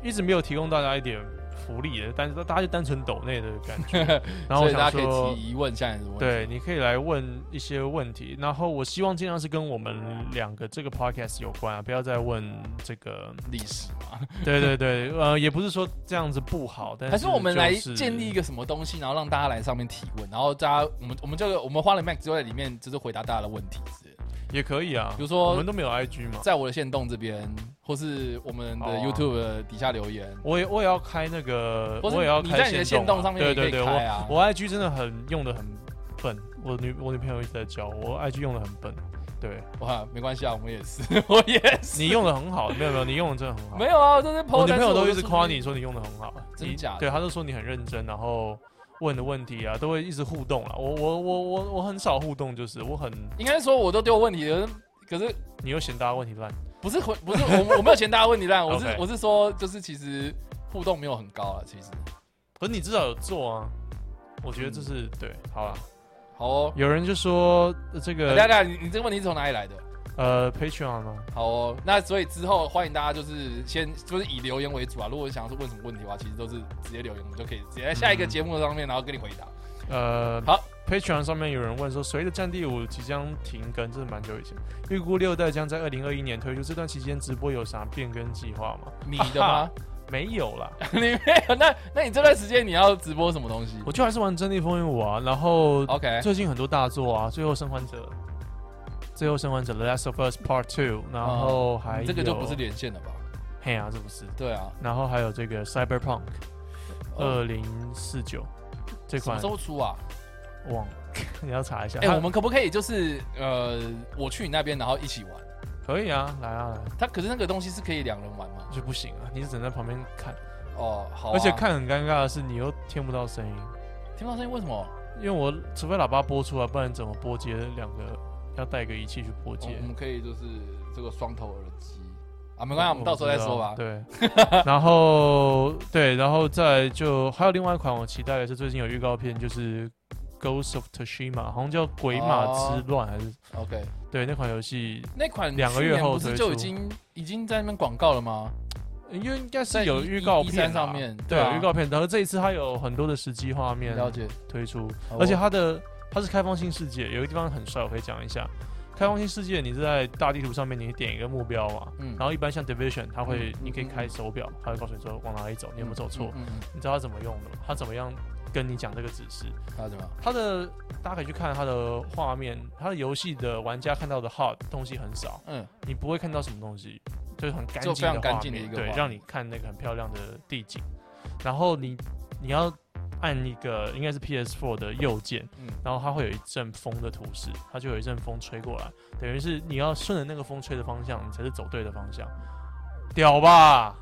S5: 一直没有提供大家一点福利的，但是大家就单纯抖内的感 觉。然后
S4: 所
S5: 我
S4: 以大家
S5: 想
S4: 可以
S5: 说，
S4: 提疑问，现在什么问题？
S5: 对，你可以来问一些问题。然后我希望尽量是跟我们两个这个 podcast 有关啊，不要再问这个。
S4: 历史嘛，
S5: 对对对， 呃，也不是说这样子不好，但是
S4: 还是我们来
S5: 就是
S4: 建立一个什么东西，然后让大家来上面提问，然后大家我们我们这个我们花莲 Max 就在里面就是回答大家的问题之类的
S5: 也可以啊，
S4: 比如说
S5: 我们都没有 IG 嘛。
S4: 在我的线动这边，或是我们的
S5: 好啊
S4: YouTube 的底下留言，
S5: 我也我也要开那个，
S4: 或是
S5: 我也要
S4: 你
S5: 开
S4: 在你的
S5: 限
S4: 限动上面也
S5: 对
S4: 可以
S5: 对对，
S4: 开啊
S5: 我我 IG 真的很用的很笨，我女我女朋友一直在教我我 IG 用的很笨，对
S4: 哇，没关系啊，我们也是， 我也是，
S5: 你用的很好，没有没有，你用的真的很好
S4: 没。有啊，我这是 PO，
S5: 我女
S4: 但
S5: 朋
S4: 是
S5: 友都
S4: 就
S5: 一直
S4: 出
S5: 夸
S4: 去
S5: 你说你用的很好，
S4: 真
S5: 你
S4: 假的
S5: 对，她都说你很认真，然后问的问题啊，都会一直互动啦。我我我我我很少互动，就是我很
S4: 应该说我都丢问题了，可是
S5: 你又嫌大家问题烂，
S4: 不是回不是我我没有嫌大家问题烂，我是
S5: OK
S4: 我是说就是其实互动没有很高了，其实
S5: 可是你至少有做啊，我觉得这
S4: 嗯
S5: 是对，好啦，
S4: 好哦。
S5: 有人就说呃这
S4: 等一下等
S5: 个
S4: 一下，你你这个问题是从哪里来的？
S5: 呃 Patreon 吗？
S4: 好哦，那所以之后欢迎大家就是先就是以留言为主啊。如果想是问什么问题的话，其实都是直接留言，我们就可以直接在下一个节目上面，然后跟你回答。
S5: 呃，
S4: 好
S5: ，Patreon 上面有人问说，随着《战地五》即将停更，这是蛮久以前，预估六代将在二零二一年推出，这段期间直播有啥变更计划吗？
S4: 你的吗？
S5: 没有啦，
S4: 你没有？那那你这段时间你要直播什么东西
S5: 我就还是玩《真地风云五》啊，然后
S4: ？OK，
S5: 最近很多大作啊，《最后生还者》。最后生还者《The Last of Us Part Two》，然后
S4: 哦
S5: 还有、
S4: 嗯你这个就不是连线了吧？
S5: 嘿啊，这不是，
S4: 对啊，呃
S5: 然后还有这个《Cyberpunk 二零四九》呃这
S4: 哦什么
S5: 款
S4: 时候出啊？
S5: 忘了， 你要查一下。
S4: 哎、
S5: 它
S4: 我们可不可以就是呃，我去你那边，然后一起玩？
S5: 可以啊，来啊，来
S4: 他可是那个东西是可以两人玩吗？
S5: 就不行啊，你只能在旁边看，
S4: 哦，好啊、
S5: 而且看很尴尬的是，你又听不到声音，
S4: 听不到声音，为什么？
S5: 因为我除非喇叭播出来，不然怎么播接两个？要带个仪器去播
S4: 我
S5: 接
S4: 我，们可以就是这个双头耳机啊，没关系，
S5: 哦
S4: 我们到时候再说吧
S5: 我。不知道对，然后 对，然后再就还有另外一款我期待的是，最近有预告片，就是《Ghost of Tsushima》，好像叫《鬼马之乱》还是
S4: OK，
S5: 对那款游戏，
S4: 那款
S5: 两个月
S4: 去年
S5: 后
S4: 不是
S5: 推
S4: 就已
S5: 出
S4: 经已经在那边广告了吗？
S5: 因为应该
S4: 哦在
S5: 是有
S4: 一
S5: 预告
S4: 一
S5: 片
S4: 三上
S5: 啦
S4: 面对
S5: 对，
S4: 啊
S5: 有预告片。然后这一次它有很多的实际画面
S4: 了解，
S5: 推出，
S4: 好哦
S5: 而且它的它是开放性世界，有个地方很帅，我可以讲一下。开放性世界，你是在大地图上面，你点一个目标嘛，
S4: 嗯
S5: 然后一般像 Division，它会、
S4: 嗯
S5: 你可以
S4: 嗯
S5: 开
S4: 嗯
S5: 手表，它会告诉你说往哪里走，你有没有走错，
S4: 嗯，嗯
S5: 你知道它怎么用的吗，它怎么样跟你讲这个指示。
S4: 嗯还有什么？
S5: 它的大家可以去看它的画面，它的游戏的玩家看到的 HUD 东西很少，
S4: 嗯，
S5: 你不会看到什么东西，就是很干
S4: 就
S5: 净的
S4: 非常干
S5: 画
S4: 净的
S5: 面
S4: 一个
S5: 对
S4: 画，面
S5: 让你看那个很漂亮的地景。然后你你要按一个应该是 PS4 的右键，
S4: 嗯
S5: 然后它会有一阵风的图示，它就有一阵风吹过来，等于是你要顺着那个风吹的方向，你才是走对的方向。屌吧，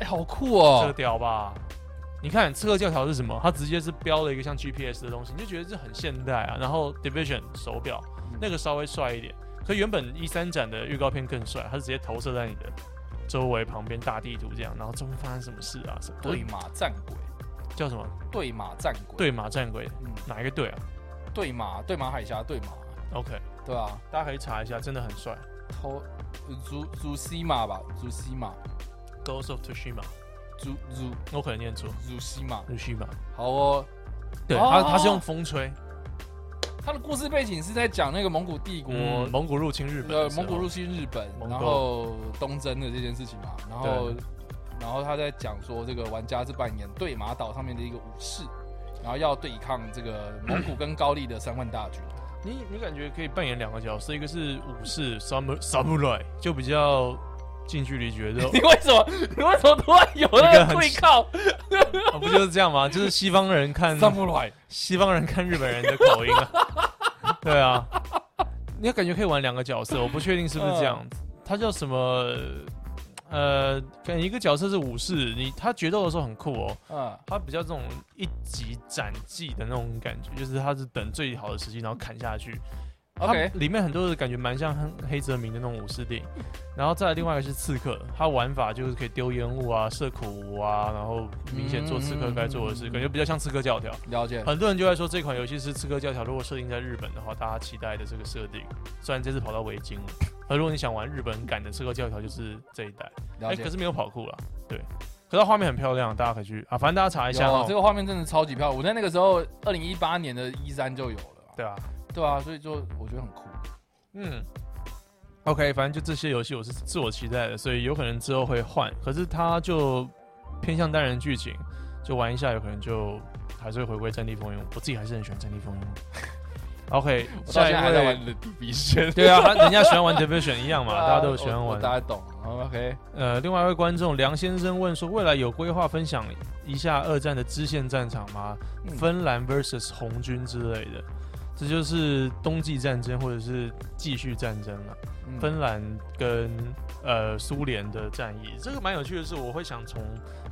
S4: 哎、好酷
S5: 这个
S4: 哦！
S5: 屌吧！你看这个教条是什么？它直接是标了一个像 GPS 的东西，你就觉得这很现代啊。然后 Division 手表
S4: 嗯
S5: 那个稍微帅一点，可原本一三展的预告片更帅，它是直接投射在你的周围旁边大地图这样，然后中间发生什么事啊？什么
S4: 对马战鬼，
S5: 叫什么
S4: 对马战鬼，，
S5: 对马战鬼
S4: 嗯，
S5: 哪一个队啊
S4: 对马对马海峡对马，
S5: ？OK，
S4: 对啊，
S5: 大家可以查一下，真的很帅。
S4: 偷祖祖西马吧，祖西马，
S5: Ghost of Tsushima，
S4: 祖祖
S5: 我可能念错
S4: 祖西马，
S5: ，Tsushima，
S4: 好哦。
S5: 对，
S4: 哦
S5: 它它是用风吹，
S4: 他的故事背景是在讲那个蒙古帝国
S5: 嗯，蒙古入侵日本的
S4: 呃，
S5: 时候，
S4: 蒙古入侵日本，
S5: 蒙
S4: 然
S5: 古
S4: 后东征的这件事情嘛，然后然后他在讲说这个玩家是扮演对马岛上面的一个武士，然后要对抗这个蒙古跟高丽的三万大军。
S5: 你你感觉可以扮演两个角色，一个是武士 samu samurai，就比较近距离决斗
S4: ，你为什么你为什么突然有那
S5: 一个
S4: 个
S5: 很
S4: 对抗？
S5: 哦不就是这样吗？就是西方人看
S4: 萨姆来
S5: 西方人看日本人的口音啊，对啊， 你感觉可以玩两个角色，我不确定是不是这样子。他叫什么？呃，感觉一个角色是武士，你他决斗的时候很酷哦，
S4: 嗯，
S5: 他比较这种一级斩技的那种感觉，就是他是等最好的时机然后砍下去，
S4: OK
S5: 它里面很多的感觉蛮像黑黑泽明的那种武士电影，然后再来另外一个是刺客，他玩法就是可以丢烟雾啊、射苦无啊，然后明显做刺客该做的事，
S4: 嗯
S5: 感觉比较像刺客教条。
S4: 了解。
S5: 很多人就在说这款游戏是刺客教条，如果设定在日本的话，大家期待的这个设定。虽然这次跑到维京了，而如果你想玩日本感的刺客教条，就是这一代。哎、
S4: 了解
S5: 可。是没有跑酷了，对。可是它画面很漂亮，大家可以去啊，反正大家查一下
S4: 有
S5: 哦。
S4: 这个画面真的超级漂亮，我在那个时候，二零一八年的一三就有了，
S5: 对啊，
S4: 对啊，所以就我觉得很酷。
S5: 嗯。OK，反正就这些游戏我是自我期待的，所以有可能之后会换。可是它就偏向单人剧情，就玩一下，有可能就还是会回归《战地风云》。我自己还是很喜欢《战地风云》。OK，
S4: 我到
S5: 下
S4: 现
S5: 一
S4: 在还在
S5: 位
S4: 玩 The Division，
S5: 对啊，他人家喜欢玩 Division 一样嘛，
S4: 对啊
S5: 大家都喜欢
S4: 我我
S5: 玩。
S4: 大家懂。OK，
S5: 呃，另外一位观众梁先生问说，未来有规划分享一下二战的支线战场吗？
S4: 嗯
S5: 芬兰 vs 红军之类的，这就是冬季战争或者是继续战争啊了、
S4: 嗯
S5: 芬兰跟呃苏联的战役，这个蛮有趣的是，我会想从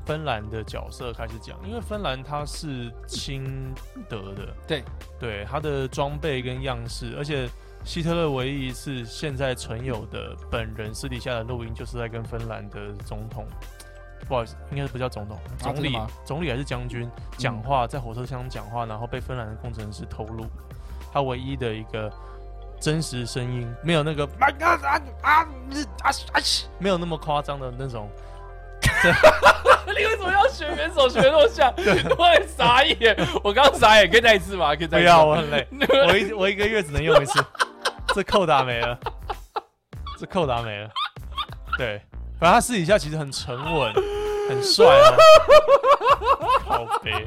S5: 芬兰的角色开始讲，因为芬兰它是亲德的，
S4: 对
S5: 对，它的装备跟样式，而且希特勒唯一一次现在存有的本人私底下的录音，就是在跟芬兰的总统。不好意思，应该不叫总统，总
S4: 啊真的
S5: 理、
S4: 吗
S5: 总理还是将军讲
S4: 嗯
S5: 话，在火车厢讲话，然后被芬兰的工程师偷录，他唯一的一个真实声音，没有那个啊啊啊啊啊啊，没有那么夸张的那种。
S4: 你为什么要学元首学那么 像？我很傻眼，我刚傻眼，可以再一次吗？可以再
S5: 不
S4: 一次
S5: 要，
S4: 吗
S5: 我 很累，我一我一个月只能用一次，这扣打没了，这扣打没了。对，反正他私底下其实很沉稳，很帅啊，好悲。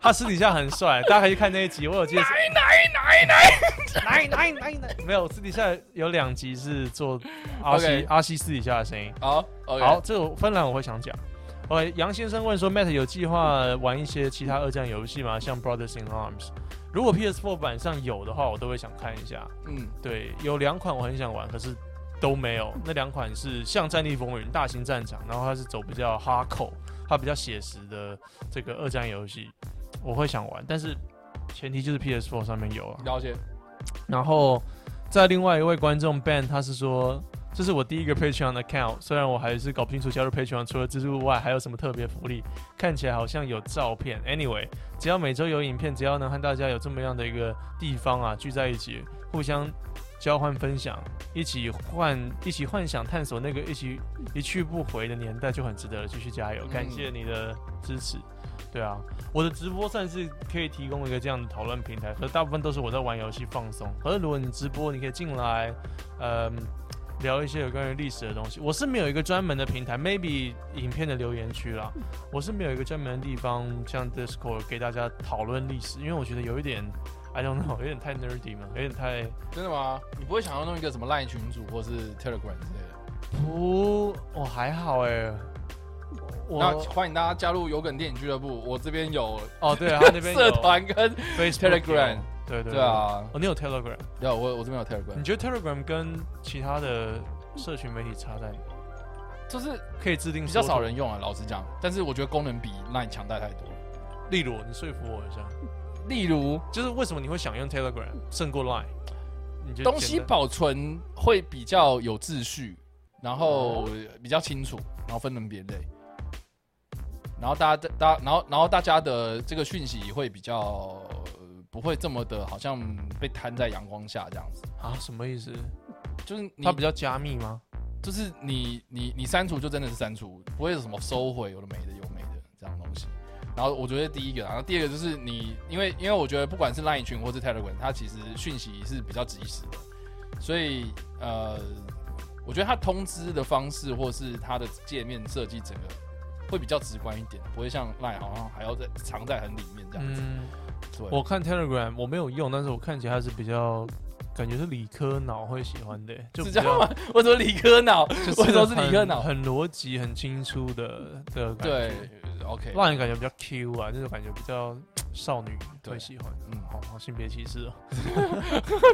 S5: 他私底下很帅，大家可以去看那一集，我有介绍。奶奶奶奶奶奶奶奶，没有，私底下有两集是做阿西
S4: OK
S5: 阿西私底下的声音。
S4: 好，OK，
S5: 好，这个芬兰我会想讲。OK，杨先生问说，Matt 有计划玩一些其他二战游戏吗？像 Brothers in Arms，如果 PS4 版上有的话，我都会想看一下。
S4: 嗯，
S5: 对，有两款我很想玩，可是都没有。那两款是像《战地风云》大型战场，然后它是走比较哈口，它比较写实的这个二战游戏，我会想玩，但是前提就是 PS4 上面有啊。
S4: 了解。
S5: 然后在另外一位观众 Ben，他是说，这是我第一个 Patreon account，虽然我还是搞不清楚加入 Patreon 除了资助外还有什么特别福利，看起来好像有照片。Anyway，只要每周有影片，只要能和大家有这么样的一个地方啊聚在一起，互相。交换分享，一起幻一起幻想探索那个一起一去不回的年代，就很值得了。继续加油，感谢你的支持。对啊，我的直播算是可以提供一个这样的讨论平台，可是大部分都是我在玩游戏放松。可是如果你直播，你可以进来，嗯，聊一些有关于历史的东西。我是没有一个专门的平台，maybe 影片的留言区啦，我是没有一个专门的地方，像 Discord 给大家讨论历史，因为我觉得有一点，I don't know，有点太 nerdy 嘛，有点太
S4: 真的吗？你不会想要弄一个什么 LINE 群组或是 Telegram 之类的？
S5: 不，我还好哎、
S4: 那
S5: 我
S4: 欢迎大家加入有梗电影俱乐部，我这边有
S5: 哦对啊，他那边有
S4: 社团跟
S5: Facebook 有
S4: Telegram
S5: 对对
S4: 对，啊，
S5: 哦你有 Telegram。
S4: 对啊，我我这边有
S5: 你
S4: Telegram，
S5: 觉得 Telegram 跟其他的社群媒体差在哪？
S4: 就是
S5: 可以制定
S4: 比较
S5: 缩
S4: 少
S5: 图，
S4: 人用啊，老实讲，但是我觉得功能比 LINE 强大太多了。
S5: 例如你说服我一下，
S4: 例如
S5: 就是为什么你会想用 Telegram 胜过 Line？你觉得
S4: 东西
S5: 简单
S4: 保存会比较有秩序，然
S5: 哦
S4: 后比较清楚，然后分门别类，然后大家大家然后然后大家的这个讯息会比较呃不会这么的，好像被摊在阳光下这样子，
S5: 啊？什么意思？
S4: 就是你
S5: 它比较加密吗？
S4: 就是你你你删除就真的是删除，不会有什么收回有的没的有没的这样东西。然后我觉得第一个，然后第二个就是你，因为因为我觉得不管是 Line 群或是 Telegram，它其实讯息是比较及时的，所以呃，我觉得它通知的方式或是它的界面设计整个会比较直观一点，不会像 Line 好像还要在藏在很里面这样子。
S5: 嗯，
S4: 对，
S5: 我看 Telegram 我没有用，但是我看起来它是比较，感觉是理科脑会喜欢的，就是比
S4: 这样
S5: 较
S4: 吗？ 我怎么理科脑？
S5: 就
S4: 我都是理科脑
S5: 很很逻辑、很清楚的的感
S4: 对
S5: 觉，
S4: ，OK，
S5: 让人感觉比较 Q 啊，那种感觉比较少女
S4: 对
S5: 会喜欢。
S4: 嗯，
S5: 好好性别歧视哦。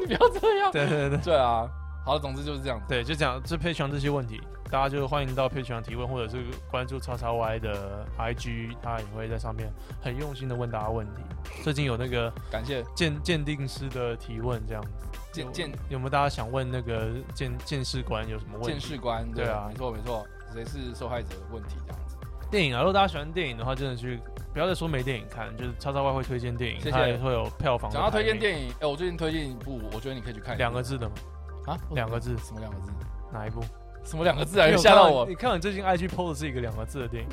S4: 你不要这样。
S5: 对对对。
S4: 对啊，好了，总之就是这样子。
S5: 对，就讲这配强这些问题，大家就欢迎到配强提问，或者是关注叉叉 Y 的 IG，他也会在上面很用心的问大家问题。最近有那个
S4: 感谢
S5: 鉴鉴定师的提问，这样子
S4: 见
S5: 有
S4: 见
S5: 有没有大家想问那个鉴鉴识官有什么问
S4: 见
S5: 题？
S4: 识官，
S5: 对啊
S4: 没错没错，谁是受害者的问题这样子。
S5: 电影啊，如果大家喜欢电影的话，真的去不要再说没电影看，就是叉叉 Y 会推荐电影，
S4: 谢谢
S5: 它也会有票房。
S4: 讲到推荐
S5: 影，
S4: 电影，哎，我最近推荐一部，我觉得你可以去看一部。
S5: 两个字的吗？
S4: 啊，
S5: 两个字
S4: 什么两个字？
S5: 哪一部？
S4: 什么两个字啊？有
S5: 你有
S4: 吓
S5: 看
S4: 到我！
S5: 你看你最近 IG PO 的是一个两个字的电影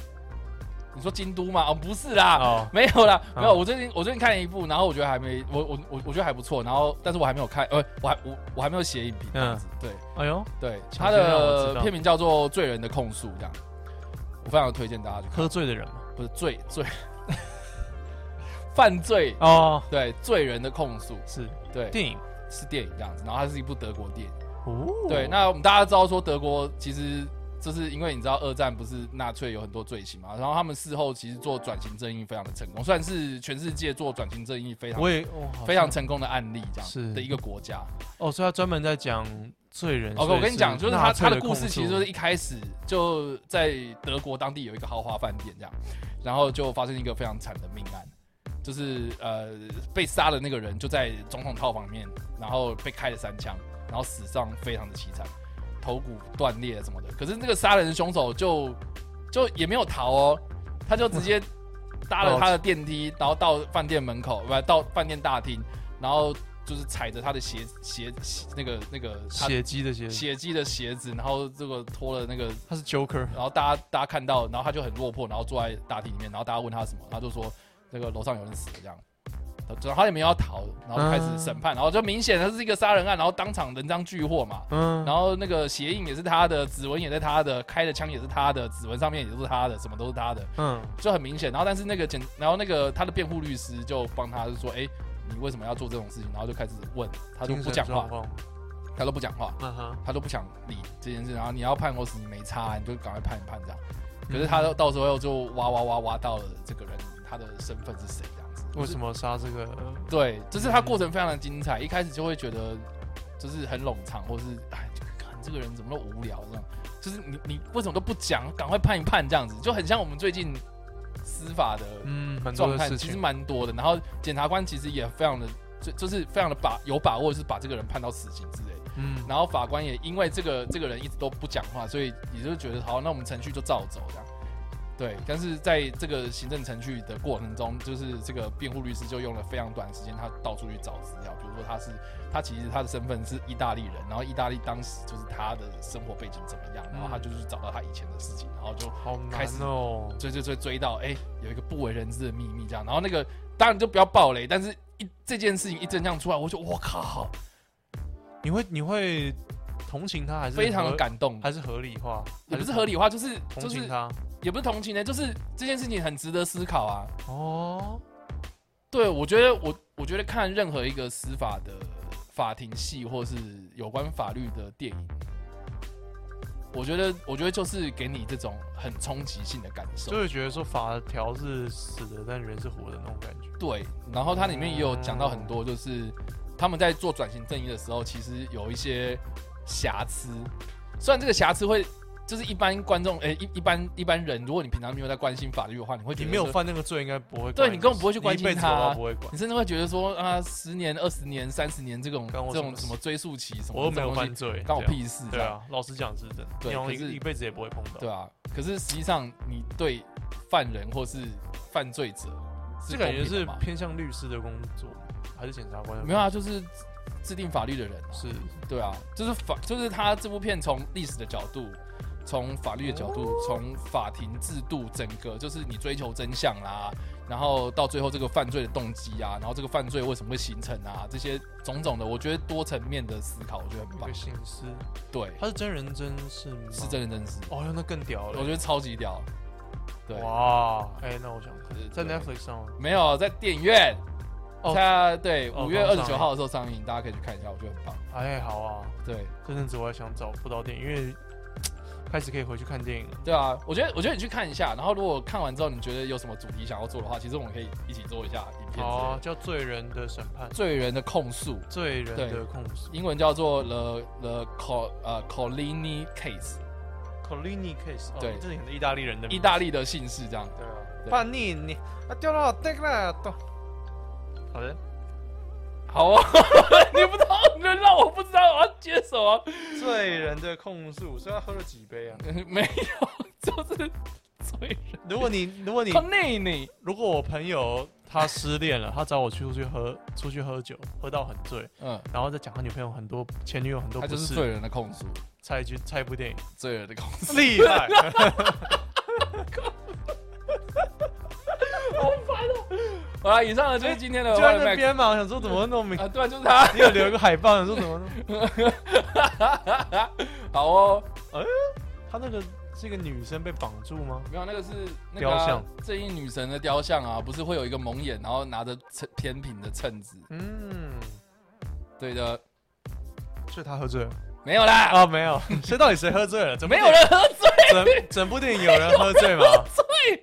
S4: 你说京都吗？哦，不是啦，
S5: 哦，
S4: 没有啦，
S5: 啊
S4: 没有。我最近我最近看了一部，然后我觉得还没，我我我我觉得还不错，然后但是我还没有看，呃，我还我我还没有写影评这样子。对
S5: 哎呦，
S4: 对，
S5: 强
S4: 它
S5: 行让我知
S4: 的
S5: 道
S4: 片名叫做《罪人的控诉》这样，我非常推荐大家去看。
S5: 喝醉的人嘛
S4: 不是罪罪， 犯罪
S5: 哦，
S4: 对罪人的控诉，
S5: 是
S4: 对，
S5: 电影。
S4: 是电影这样子，然后它是一部德国电影。
S5: 哦，
S4: 对，那我们大家知道说德国其实就是因为你知道二战不是纳粹有很多罪行嘛，然后他们事后其实做转型正义非常的成功，算是全世界做转型正义非常
S5: 我也哦好像
S4: 非常成功的案例这样
S5: 是
S4: 的一个国家。
S5: 哦，所以他专门在讲罪人。
S4: OK，我跟你讲，就是他他的故事其实就是
S5: 一
S4: 一开始就在德国当地有一个豪华饭店这样，然后就发生一个非常惨的命案，就是呃被杀的那个人就在总统套房里面，然后被开了三枪，然后死伤非常的凄惨，头骨断裂什么的。可是这个杀人的凶手就就也没有逃哦， 他就直接搭了他的电梯，然后到饭店门口，不到饭店大厅，然后就是踩着他的鞋鞋鞋那个那个他
S5: 血迹的血，
S4: 血迹的鞋子，然后这个脱了那个
S5: 他是 Joker，
S4: 然后大家大家看到，然后他就很落魄，然后坐在大厅里面，然后大家问他什么，他就说那个楼上有人死了这样，然后他也没有要逃，然后就开始审判，然后就明显他是一个杀人案，然后当场人赃俱获嘛，
S5: 嗯，
S4: 然后那个鞋印也是他的，指纹也是他的，开的枪也是他的，指纹上面也都是他的，什么都是他的，
S5: 嗯，
S4: 就很明显。然后但是那个检，然后那个他的辩护律师就帮他就说，哎，你为什么要做这种事情？然后就开始问，他都
S5: 精
S4: 不
S5: 神
S4: 讲话
S5: 状，况，
S4: 他都不讲话，
S5: 嗯哼，
S4: 他都不想理这件事，然后你要判我死，你没差、你就赶快判一判这样。
S5: 嗯
S4: 可是他到到时候就挖挖挖挖到了这个人他的身份是谁这样子。
S5: 为什么杀这个？
S4: 就是？对，就是他过程非常的精彩，一开始就会觉得就是很冗长，或是哎，就看这个人怎么那么无聊这样。就是你你为什么都不讲，赶快判一判这样子，就很像我们最近司法的
S5: 嗯，很多
S4: 状
S5: 的
S4: 态
S5: 事
S4: 其实
S5: 情，
S4: 蛮多的。然后检察官其实也非常的就就是非常的把有把握，就是把这个人判到死刑之类的。
S5: 嗯，
S4: 然后法官也因为这个这个人一直都不讲话，所以也就觉得好，那我们程序就照走这样。对，但是在这个行政程序的过程中，就是这个辩护律师就用了非常短的时间，他到处去找资料，比如说他是他其实他的身份是意大利人，然后意大利当时就是他的生活背景怎么样，然后他就是找到他以前的事情，然后就
S5: 好难
S4: 开始
S5: 哦，
S4: 追追追追到哎、有一个不为人知的秘密这样，然后那个当然就不要暴雷，但是一这件事情一真相出来，我就我靠，
S5: 你会你会同情他还是
S4: 非常
S5: 合
S4: 的，感动，
S5: 还是合理化？
S4: 也
S5: 还
S4: 不是合理化，就是
S5: 同
S4: 就
S5: 情
S4: 是
S5: 他？
S4: 也不是同情呢，就是这件事情很值得思考啊。
S5: 哦，
S4: 对，我觉得我我觉得看任何一个司法的法庭戏或是有关法律的电影，我觉得我觉得就是给你这种很冲击性的感受
S5: 就。会觉得说法条是死的，但人是活的那种感觉。
S4: 对，然后它里面也有讲到很
S5: 嗯
S4: 多，就是他们在做转型正义的时候，其实有一些瑕疵。虽然这个瑕疵会，就是一般观众，诶、一一般一般人，如果你平常没有在关心法律的话，你会觉
S5: 你
S4: 得
S5: 没有
S4: 说
S5: 犯那个罪，应该不会管
S4: 对
S5: 事。
S4: 你根本不会去关心
S5: 你一辈子
S4: 他啊
S5: 都不会管。
S4: 你甚至会觉得说啊，十年、二十年、三十年这种
S5: 干我
S4: 这
S5: 什么
S4: 种什么追溯期什么，
S5: 我又没有
S4: 这种
S5: 犯
S4: 东西，
S5: 罪，
S4: 关我
S5: 这样。
S4: 屁事，
S5: 对，啊，老实讲是真的，
S4: 对
S5: 你好像
S4: 可是
S5: 一一辈子也不会碰到。
S4: 对啊。可是实际上，你对犯人或是犯罪者是
S5: 这感觉
S4: 公平
S5: 是
S4: 的吗
S5: 偏向律师的工作，还是检察官的工作？
S4: 没有啊，就是制定法律的人啊、
S5: 是
S4: 对啊，就是法，就是他这部片从历史的角度，从法律的角
S5: 哦
S4: 度，从法庭制度整个，就是你追求真相啦，然后到最后这个犯罪的动机啊，然后这个犯罪为什么会形成啊，这些种种的，我觉得多层面的思考，我觉得很
S5: 一
S4: 棒
S5: 个。刑师，
S4: 对，
S5: 他是真人真事吗？
S4: 啊是。真人真事，
S5: 哦哟，那更屌
S4: 我觉
S5: 了。
S4: 得超级屌。对，
S5: 哇，哎，那我想看，
S4: 呃
S5: 在
S4: 对
S5: Netflix 上吗
S4: 没有在电影院，
S5: 哦
S4: 它对
S5: 哦
S4: 五月二十
S5: 刚上
S4: 九
S5: 映
S4: 号的时候上映，大家可以去看一下，我觉得很棒。
S5: 哎，好啊，
S4: 对，
S5: 这阵子我还想找不到电影，因为开始可以回去看电影了。
S4: 对啊，我觉得我觉得你去看一下，然后如果看完之后你觉得有什么主题想要做的话，其实我们可以一起做一下影片之类的。
S5: 好啊，叫《罪人的审判》，
S4: 罪人的控诉，
S5: 罪人
S4: 对
S5: 的控诉
S4: 英文叫做 the the col 呃 Colini case，
S5: （Colini Case）。哦
S4: 对
S5: 这是你的意大利人的名
S4: 意
S5: 字
S4: 大利的姓氏这样。
S5: 对啊，
S4: 对
S5: 叛逆你啊，掉了，对了，都。好的，
S4: 好啊， 你不知道，你让我不知道我要接什么？
S5: 罪人的控诉，所以他喝了几杯啊？
S4: 没有，就是罪人
S5: 如果你如果你
S4: Colini，
S5: 如果我朋友他失恋了，他找我去出去喝出去喝酒，喝到很醉，
S4: 嗯，
S5: 然后再讲他女朋友很多前女友很多
S4: 他
S5: 不
S4: 就是罪
S5: 是，
S4: 人的控诉，
S5: 猜一句猜一 部电影，
S4: 罪人的控诉。
S5: 厉 害，
S4: 好了，以上呢就是今天的
S5: 就
S4: Wild
S5: 在
S4: Max
S5: 那边嘛，我想说怎么会那么 明
S4: 啊，，对啊，就是他。
S5: 你有留一个海报，想说 怎么那么，
S4: 好哦，
S5: 他那个是一个女生被绑住吗？
S4: 没有，那个是那个、
S5: 雕
S4: 啊
S5: 像、
S4: 正义女神的雕像啊，不是会有一个蒙眼，然后拿着秤天平的秤子，
S5: 嗯，
S4: 对的，
S5: 是他喝醉了
S4: 没有啦，
S5: 啊？没 有，所以到底谁喝醉了？怎么
S4: 没有人喝醉，
S5: 整整部电影有人喝醉吗？ 嗯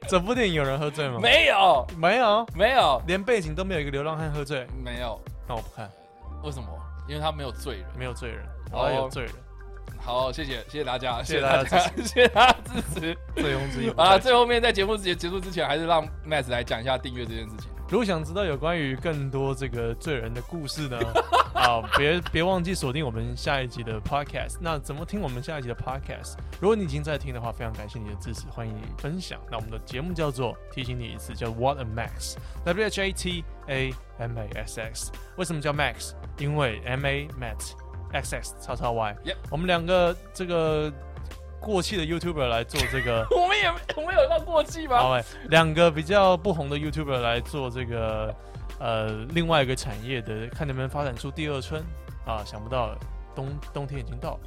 S5: 整部电影有人喝醉吗？
S4: 没有，
S5: 没有，
S4: 没有，
S5: 连背景都没有一个流浪汉喝醉。
S4: 没有，
S5: 那我不看，
S4: 为什么？因为他没有罪人。
S5: 没有罪人，
S4: 哦
S5: 我要有罪人，
S4: 好，谢谢，谢谢大家，
S5: 谢谢
S4: 大家，谢 谢大家支持。
S5: 醉翁之意不
S4: 啊，
S5: 在酒。
S4: 最后面在节目结结束之前，还是让 Max 来讲一下订阅这件事情。
S5: 如果想知道有关于更多这个罪人的故事呢，啊，别别忘记锁定我们下一集的 podcast。那怎么听我们下一集的 podcast？如果你已经在听的话，非常感谢你的支持，欢迎你分享。那我们的节目叫做提醒你一次，叫 What a Max，W H A T A M A S X。为什么叫 Max？因为 M A Matt X X 叉叉 Y。
S4: Yep
S5: 我们两个这个过气的 YouTuber 来做这个。
S4: 我们也我们有到过季吗？
S5: 好哎，两个比较不红的 YouTuber 来做这个呃另外一个产业的，看能不能发展出第二春啊！想不到冬冬天已经到了，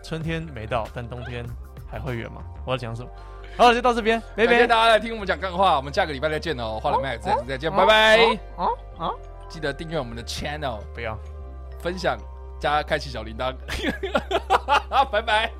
S5: 春天没到，但冬天还会远吗？我要讲什么？好，就到这边，拜
S4: 感谢
S5: 拜。
S4: 大家来听我们讲干话，我们下个礼拜再见哦，花了 Max 再次再见，拜拜。
S5: 哦哦，
S4: 记得订阅我们的 channel，
S5: 不要。
S4: 分享加开启小铃铛，拜拜。